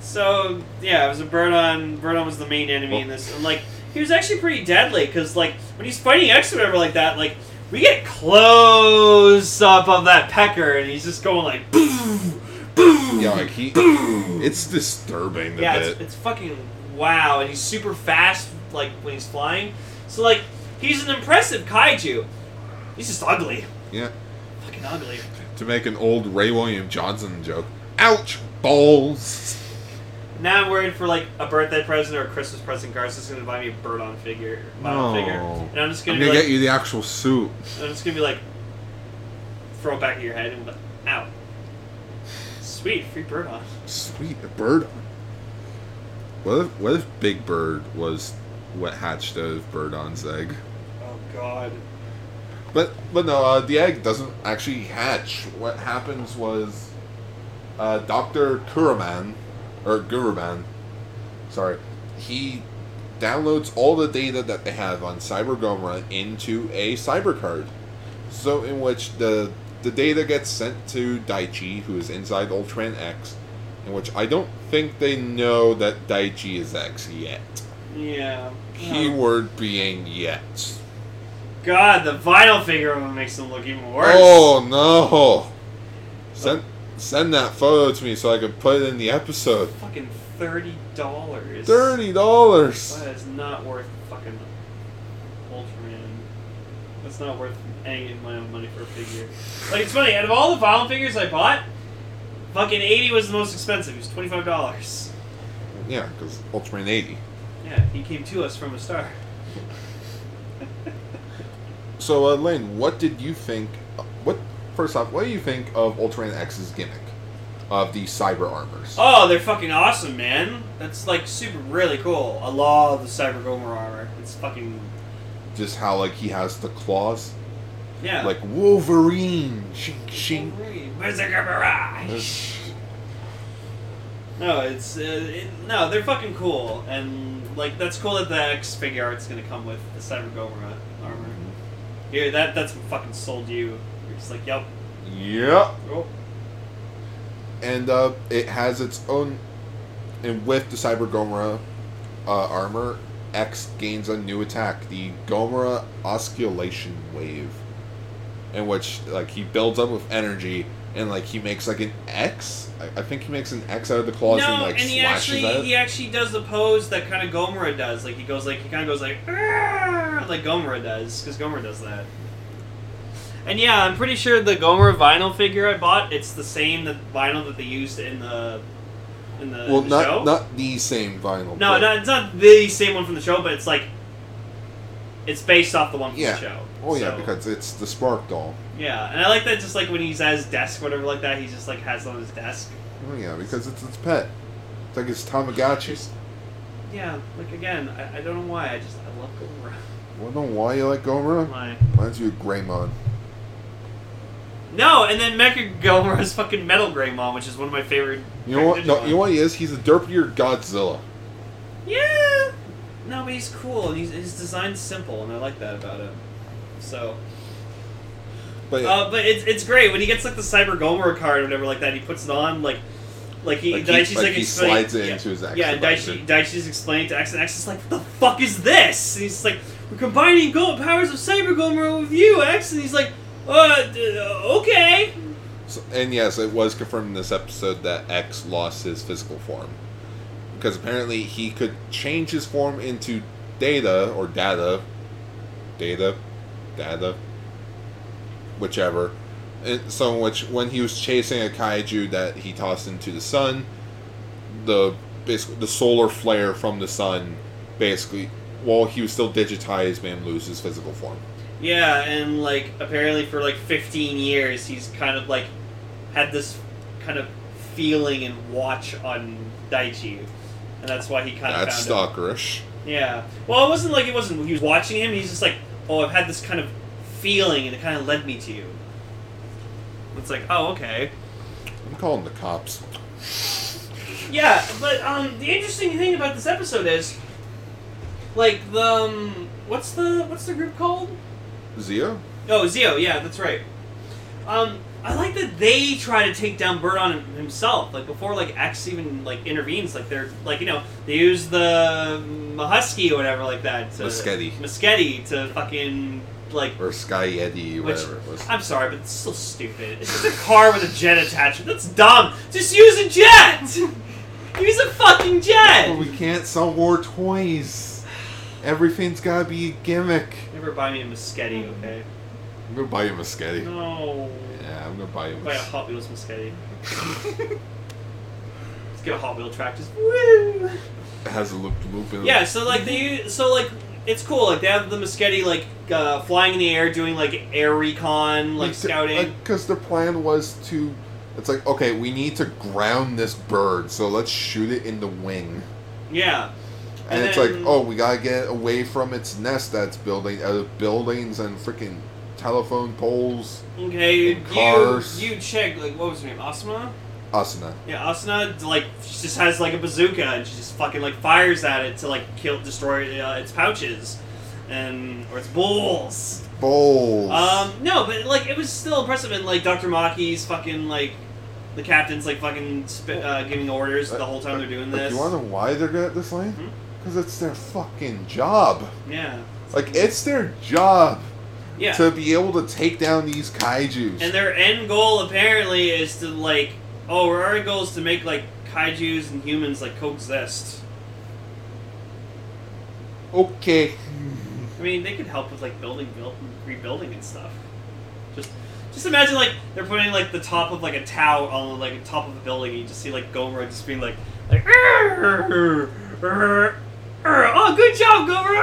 Speaker 1: So yeah, it was a Birdon. Birdon was the main enemy in this, and like he was actually pretty deadly because like when he's fighting X or whatever like that, like we get close up of that pecker, and he's just going like boom, boom.
Speaker 2: Yeah, like he. It's disturbing a
Speaker 1: yeah,
Speaker 2: bit.
Speaker 1: it's, it's fucking wow, and he's super fast like when he's flying. So like he's an impressive kaiju. He's just ugly,
Speaker 2: yeah.
Speaker 1: fucking ugly.
Speaker 2: to make an old Ray William Johnson joke. Ouch, balls.
Speaker 1: Now I'm worried for like a birthday present or a Christmas present. Garza's gonna buy me a Birdon figure, Birdon
Speaker 2: No.
Speaker 1: figure, and I'm just
Speaker 2: I'm
Speaker 1: gonna,
Speaker 2: gonna
Speaker 1: be like,
Speaker 2: get you the actual suit.
Speaker 1: I'm just gonna be like, throw it back at your head and be like, ow. Sweet, free bird off.
Speaker 2: Sweet, a bird. What if, what if Big Bird was what hatched out of Birdon's egg?
Speaker 1: Oh god.
Speaker 2: But but no, uh, the egg doesn't actually hatch. What happens was, uh, Doctor Kuraman, or Guruman, sorry, he downloads all the data that they have on Cyber Gomera into a cyber card. So in which the the data gets sent to Daichi, who is inside Ultran X, in which I don't think they know that Daichi is X yet.
Speaker 1: Yeah. Oh,
Speaker 2: Keyword being yet.
Speaker 1: God, the vinyl figure of him makes him look even worse.
Speaker 2: Oh no! Send send that photo to me so I can put it in the episode.
Speaker 1: Fucking thirty dollars.
Speaker 2: Thirty dollars.
Speaker 1: That is not worth fucking Ultraman. That's not worth any of my own money for a figure. Like it's funny, out of all the vinyl figures I bought, fucking eighty was the most expensive. It was twenty five dollars.
Speaker 2: Yeah, because Ultraman eighty.
Speaker 1: Yeah, he came to us from a star.
Speaker 2: So, uh, Lane, what did you think? What first off, what do you think of Ultraman X's gimmick of the cyber armors?
Speaker 1: Oh, they're fucking awesome, man. That's like super really cool. I love the Cyber Gomer armor. It's fucking
Speaker 2: Just how like he has the claws,
Speaker 1: yeah.
Speaker 2: like Wolverine, shink shink.
Speaker 1: Where's the Gamera? No, it's uh, it, no, they're fucking cool, and like that's cool that the X figure art's gonna come with the Cyber Gomera armor. Here, that that's what fucking sold you. You're just like, yep.
Speaker 2: Yep.
Speaker 1: Oh.
Speaker 2: and uh, it has its own. And with the Cyber Gomera uh, armor, X gains a new attack, the Gomera Osculation Wave, in which like he builds up with energy and like he makes like an X. I, I think he makes an X out of the claws and
Speaker 1: no,
Speaker 2: like
Speaker 1: and he
Speaker 2: slashes
Speaker 1: actually
Speaker 2: at it.
Speaker 1: he actually does the pose that kind of Gomera does. Like he goes like he kind of goes like "Arr!" like Gomera does because Gomera does that. And yeah, I'm pretty sure the Gomera vinyl figure I bought it's the same that vinyl that they used in the in the,
Speaker 2: well,
Speaker 1: the
Speaker 2: not
Speaker 1: show.
Speaker 2: not the same vinyl.
Speaker 1: No,
Speaker 2: but-
Speaker 1: no, it's not the same one from the show, but it's like it's based off the one from
Speaker 2: Yeah.
Speaker 1: the show.
Speaker 2: Oh yeah,
Speaker 1: So,
Speaker 2: because it's the Spark Doll.
Speaker 1: yeah, and I like that. Just like when he's at his desk, whatever, like that, he just like has it on his desk.
Speaker 2: Oh yeah, because it's its pet. It's like it's Tamagotchi's.
Speaker 1: Yeah, like again, I, I don't know why. I just I love Gomera.
Speaker 2: Well, then why you like Gomera?
Speaker 1: My
Speaker 2: Reminds you of Greymon.
Speaker 1: no, and then Mecha Gomera's fucking Metal Greymon, which is one of my favorite.
Speaker 2: You know what? No,
Speaker 1: Digimon.
Speaker 2: you know what he is? He's a derpier Godzilla.
Speaker 1: Yeah. No, but he's cool, and he's, his design's simple, and I like that about it. So.
Speaker 2: But
Speaker 1: Uh, but it's, it's great when he gets like the Cyber Gomera card or whatever like that. He puts it on like like he
Speaker 2: Like he-
Speaker 1: Daichi's
Speaker 2: like
Speaker 1: like,
Speaker 2: he
Speaker 1: explain-
Speaker 2: slides it
Speaker 1: yeah,
Speaker 2: into his X
Speaker 1: Yeah, and Daichi,
Speaker 2: device.
Speaker 1: Daichi's explaining to X and X is like, "What the fuck is this?" And he's like, "We're combining go- powers of Cyber Gomera with you, X." And he's like, "Uh, d- uh, okay."
Speaker 2: so- and yes, it was confirmed in this episode that X lost his physical form because apparently he could change his form into Data or Data, Data, Data, whichever. And so, in which when he was chasing a kaiju that he tossed into the sun, the basically the solar flare from the sun, basically, while he was still digitized, man lose his physical form.
Speaker 1: Yeah, and like apparently for like 15 years, he's kind of like had this kind of feeling and watch on Daichi, and that's why he kind of
Speaker 2: That's
Speaker 1: found it.
Speaker 2: stalkerish.
Speaker 1: Yeah. Well, it wasn't like it wasn't. He was watching him. He's just like, oh, I've had this kind of feeling, and it kind of led me to you. It's like, oh, okay.
Speaker 2: I'm calling the cops.
Speaker 1: Yeah, but um, the interesting thing about this episode is, like, the um, what's the what's the group called?
Speaker 2: Zia?
Speaker 1: Oh, Zio. Yeah, that's right. Um, I like that they try to take down Birdon himself. Like before, like X even like intervenes. Like they're like you know they use the Mahusky or whatever like that. To,
Speaker 2: Muschetti.
Speaker 1: Muschetti to fucking like.
Speaker 2: Or Sky Yeti,
Speaker 1: Which-
Speaker 2: whatever it was.
Speaker 1: I'm sorry, but it's so stupid. It's just a car with a jet attachment. That's dumb. Just use a jet. use a fucking
Speaker 2: But
Speaker 1: jet.
Speaker 2: Oh, we can't sell war toys. Everything's gotta be a gimmick.
Speaker 1: Never buy me a Muschetti, okay?
Speaker 2: I'm gonna buy you a Muschetti.
Speaker 1: No.
Speaker 2: Yeah, I'm gonna buy you a
Speaker 1: Mm. Buy a
Speaker 2: Mus-
Speaker 1: Hot Wheels Muschetti. Let's get a Hot Wheel track. Just woo.
Speaker 2: It has a loop loop in it.
Speaker 1: Yeah, so like they, so like it's cool. Like they have the Muschetti like uh, flying in the air, doing like air recon, like scouting.
Speaker 2: Because their plan was to. It's like, okay, we need to ground this bird, so let's shoot it in the wing.
Speaker 1: Yeah.
Speaker 2: And,
Speaker 1: And
Speaker 2: it's
Speaker 1: then-
Speaker 2: like, oh, we gotta get it away from its nest that's building out of buildings and freaking telephone poles.
Speaker 1: Okay.
Speaker 2: And cars.
Speaker 1: You you check like what was her name? Asma.
Speaker 2: Asuna.
Speaker 1: Yeah, Asuna like she just has like a bazooka and she just fucking like fires at it to like kill destroy uh, its pouches, and or its bulls.
Speaker 2: Bowls.
Speaker 1: Um, no, but like it was still impressive, and like Doctor Maki's fucking like the captain's like fucking sp- uh, giving orders the whole time they're doing
Speaker 2: Like,
Speaker 1: this.
Speaker 2: you want to know why they're good at this lane?
Speaker 1: Hmm?
Speaker 2: Because it's their fucking job.
Speaker 1: Yeah,
Speaker 2: Like it's their job
Speaker 1: yeah.
Speaker 2: to be able to take down these kaiju's.
Speaker 1: And their end goal apparently is to like, oh, our end goal is to make like kaiju's and humans like coexist.
Speaker 2: okay.
Speaker 1: I mean, they could help with like building, build, rebuilding and stuff. Just, just imagine like they're putting like the top of like a tower on like the top of a building, and you just see like Gomer just being like, like, "Arr, arr, arr. oh, good job, Gomer.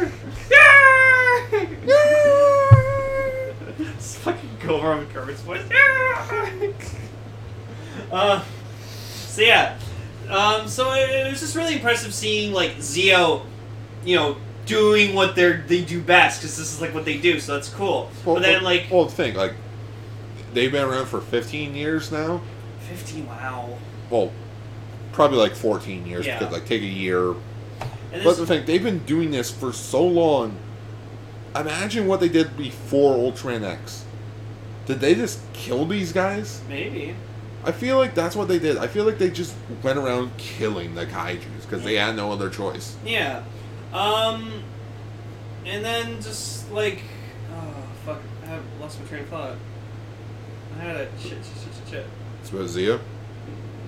Speaker 1: Arr, arr." It's fucking Gomer on Kermit's voice. Arr. Uh, so yeah, um, so it, it was just really impressive seeing like Zio you know, doing what they are they do best because this is like what they do, so that's cool. but then like
Speaker 2: well, think like they've been around for 15 years now.
Speaker 1: fifteen, wow.
Speaker 2: Well, probably like 14 years
Speaker 1: Yeah.
Speaker 2: because like take a year.
Speaker 1: And
Speaker 2: But
Speaker 1: this,
Speaker 2: the thing they've been doing this for so long. Imagine what they did before Ultran X. Did they just kill these guys?
Speaker 1: maybe
Speaker 2: I feel like that's what they did. I feel like they just went around killing the kaiju's because they had no other choice.
Speaker 1: yeah, um, and then just like oh fuck, I have lost my train of thought. I had a shit shit shit shit. shit.
Speaker 2: It's about Zia.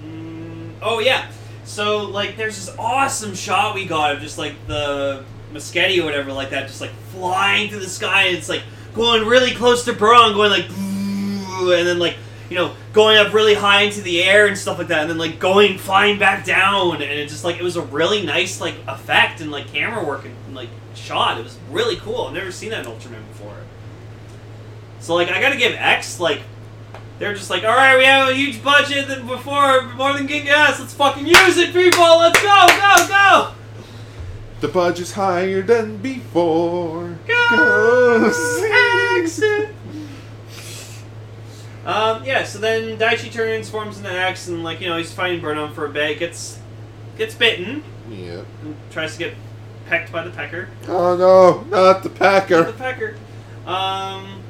Speaker 1: Mm, oh yeah. So like, there's this awesome shot we got of just like the Muschetti or whatever like that, just like flying through the sky, and it's like going really close to Braun, going like, and then like you know going up really high into the air and stuff like that, and then like going flying back down, and it just like it was a really nice like effect and like camera work and like shot. It was really cool. I've never seen that in Ultraman before. So like, I gotta give X like they're just like, all right, we have a huge budget than before, more than King Ass. Let's fucking use it, people. Let's go, go, go.
Speaker 2: The budget's higher than before.
Speaker 1: Ghost
Speaker 2: Ghost.
Speaker 1: Um, yeah. So then Daichi transforms into X, and like you know, he's fighting Burnout for a bit. Gets gets bitten
Speaker 2: Yeah.
Speaker 1: and tries to get pecked by the pecker.
Speaker 2: Oh no, not the
Speaker 1: The
Speaker 2: Packer.
Speaker 1: pecker. Um,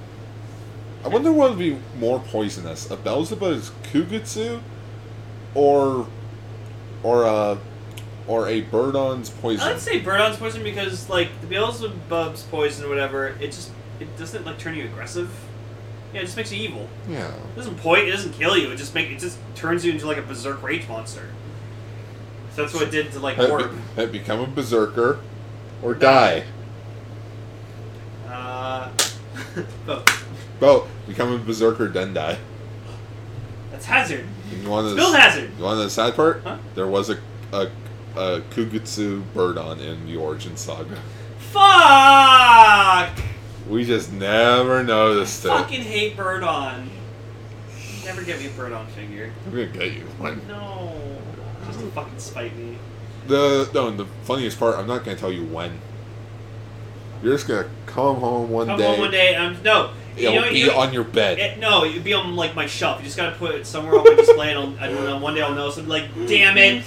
Speaker 2: I wonder what would be more poisonous: a Beelzebub's Kugutsu, or, or a, or a Birdon's poison.
Speaker 1: I'd say Burnout's poison because like the Beelzebub's poison or whatever, it just it doesn't like turn you aggressive. Yeah, it just makes you evil.
Speaker 2: yeah.
Speaker 1: It doesn't point. It doesn't kill you. It just make. It just turns you into like a berserk rage monster. So that's what it did to like
Speaker 2: Had,
Speaker 1: Orb.
Speaker 2: had become a berserker, or die.
Speaker 1: Uh, oh,
Speaker 2: Well, become a berserker, then die.
Speaker 1: that's hazard.
Speaker 2: And You want
Speaker 1: It's
Speaker 2: to?
Speaker 1: build hazard.
Speaker 2: You want to know the sad part?
Speaker 1: Huh?
Speaker 2: There was a a, a Kugutsu Birdon in the Origin Saga.
Speaker 1: Fuck.
Speaker 2: We just never noticed it.
Speaker 1: Fucking hate Birdon. Never get me a Birdon figure.
Speaker 2: I'm gonna get you one.
Speaker 1: No. Just to fucking spite me.
Speaker 2: The no, and the funniest part, I'm not gonna tell you when. You're just gonna come home one
Speaker 1: Come
Speaker 2: day.
Speaker 1: home one day. I'm no. You
Speaker 2: It'll
Speaker 1: know,
Speaker 2: be
Speaker 1: you,
Speaker 2: on your bed.
Speaker 1: it, Eh, no, it'd be on like my shelf. You just gotta put it somewhere on my display, and I'll, I don't know. One day I'll notice. I'm like, damn it,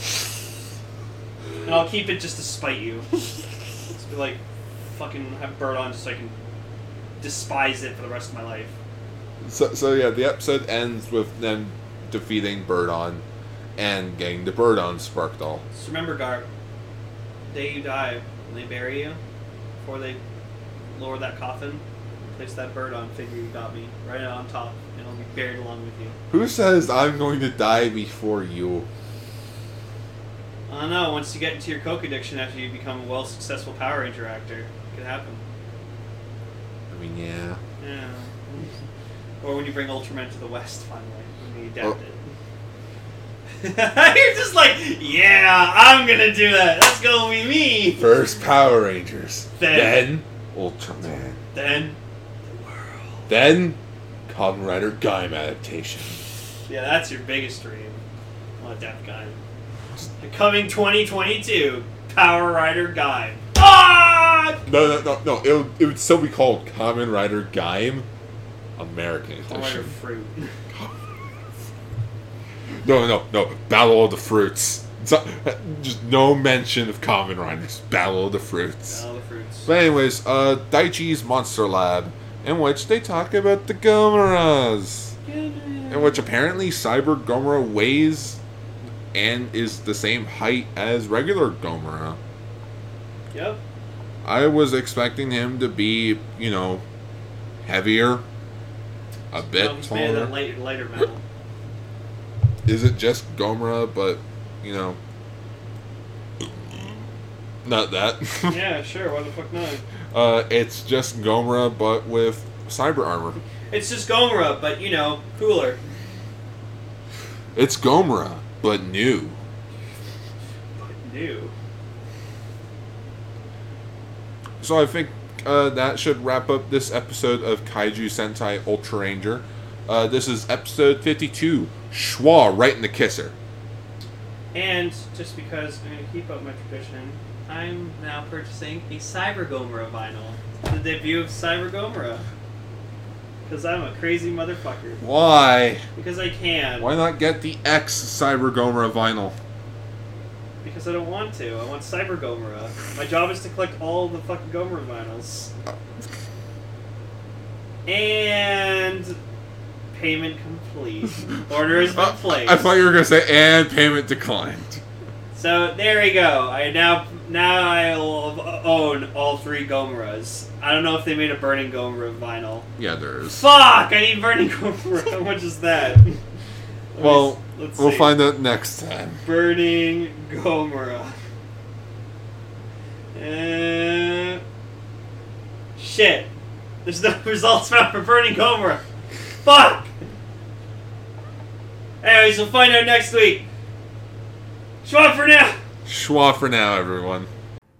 Speaker 1: and I'll keep it just to spite you. just be like, fucking have bird on just so I can despise it for the rest of my life.
Speaker 2: so, so yeah, the episode ends with them defeating Birdon and getting the Birdon spark doll.
Speaker 1: Just remember, Garp, the day you die, when they bury you, before they lower that coffin, place that bird on figure you got me right on top, and it'll be buried along with you.
Speaker 2: Who says I'm going to die before you?
Speaker 1: I don't know. Once you get into your coke addiction after you become a well successful Power Ranger actor, it could happen.
Speaker 2: I mean, yeah.
Speaker 1: Yeah. Or when you bring Ultraman to the West finally, when you adapt
Speaker 2: Oh.
Speaker 1: it. You're just like, yeah, I'm gonna do that. That's gonna be me.
Speaker 2: First Power Rangers,
Speaker 1: Then-
Speaker 2: then, Ultraman,
Speaker 1: Then,
Speaker 2: then Kamen Rider Gaim adaptation.
Speaker 1: yeah, that's your biggest dream. Well, adapt guy. The coming 2022 Power Rider guy. Ah!
Speaker 2: No, no, no, no. It would, it would still be called Kamen Rider Gaim American
Speaker 1: Power Rider
Speaker 2: Edition.
Speaker 1: fruit.
Speaker 2: No, no, no. Battle of the Fruits. So- just no mention of Common Run. Just Battle of the Fruits.
Speaker 1: All the fruits.
Speaker 2: But anyways, uh, Daichi's Monster Lab, in which they talk about the Gomaras, in which apparently Cyber Gomera weighs and is the same height as regular Gomera.
Speaker 1: Yep.
Speaker 2: I was expecting him to be, you know, heavier, a bit
Speaker 1: No, he's made of that
Speaker 2: taller.
Speaker 1: light, lighter metal.
Speaker 2: Is it just Gomera, but you know, not that.
Speaker 1: yeah, sure. Why the fuck not?
Speaker 2: uh, it's just Gomera, but with cyber armor.
Speaker 1: It's just Gomera, but you know, cooler.
Speaker 2: It's Gomera, but new.
Speaker 1: New.
Speaker 2: So I think uh, that should wrap up this episode of Kaiju Sentai Ultra Ranger. Uh, this is episode 52, Schwa right in the kisser.
Speaker 1: And just because I'm gonna keep up my tradition, I'm now purchasing a Cyber Gomera vinyl. The debut of Cyber Gomera. Because I'm a crazy motherfucker.
Speaker 2: Why?
Speaker 1: Because I can.
Speaker 2: Why not get the X Cyber Gomera vinyl?
Speaker 1: Because I don't want to. I want Cyber Gomera. My job is to collect all the fucking Gomera vinyls. And payment complete. Order has been placed.
Speaker 2: I thought you were gonna say and payment declined.
Speaker 1: So there we go. I now now I will own all three Gomeras. I don't know if they made a Burning Gomera vinyl.
Speaker 2: Yeah, there is.
Speaker 1: Fuck! I need Burning Gomera. How much is that? Let me s-
Speaker 2: Well,
Speaker 1: let's
Speaker 2: we'll
Speaker 1: see.
Speaker 2: find out next time.
Speaker 1: Burning Gomera. Uh, shit. There's no results found for Burning Gomera. Fuck! Anyways, we'll find out next week. Schwab for now!
Speaker 2: Schwa for now, everyone.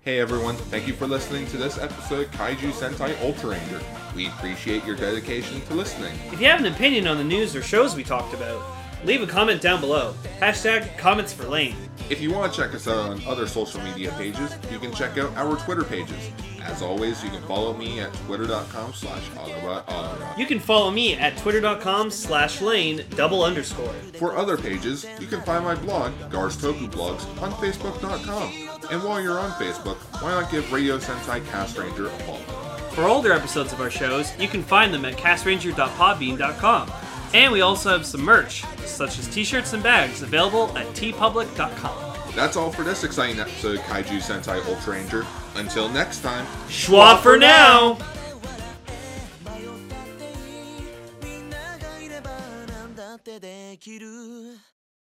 Speaker 2: Hey everyone, thank you for listening to this episode of Kaiju Sentai Ultra Ranger. We appreciate your dedication to listening.
Speaker 7: If you have an opinion on the news or shows we talked about, leave a comment down below. Hashtag comments for Lane.
Speaker 2: If you want to check us out on other social media pages, you can check out our Twitter pages. As always, you can follow me at twitter.com slash Autobot Autobot.
Speaker 7: You can follow me at twitter.com slash lane double underscore.
Speaker 2: For other pages, you can find my blog, Gar's Toku Blogs, on Facebook.com. And while you're on Facebook, why not give Radio Sentai Cast Ranger a follow?
Speaker 7: For older episodes of our shows, you can find them at castranger.podbean.com. And we also have some merch, such as t-shirts and bags, available at tpublic.com.
Speaker 2: That's all for this exciting episode of Kaiju Sentai Ultra Ranger. Until next time,
Speaker 7: Schwa for now!
Speaker 8: 迷ったってみんながいればなんだってできる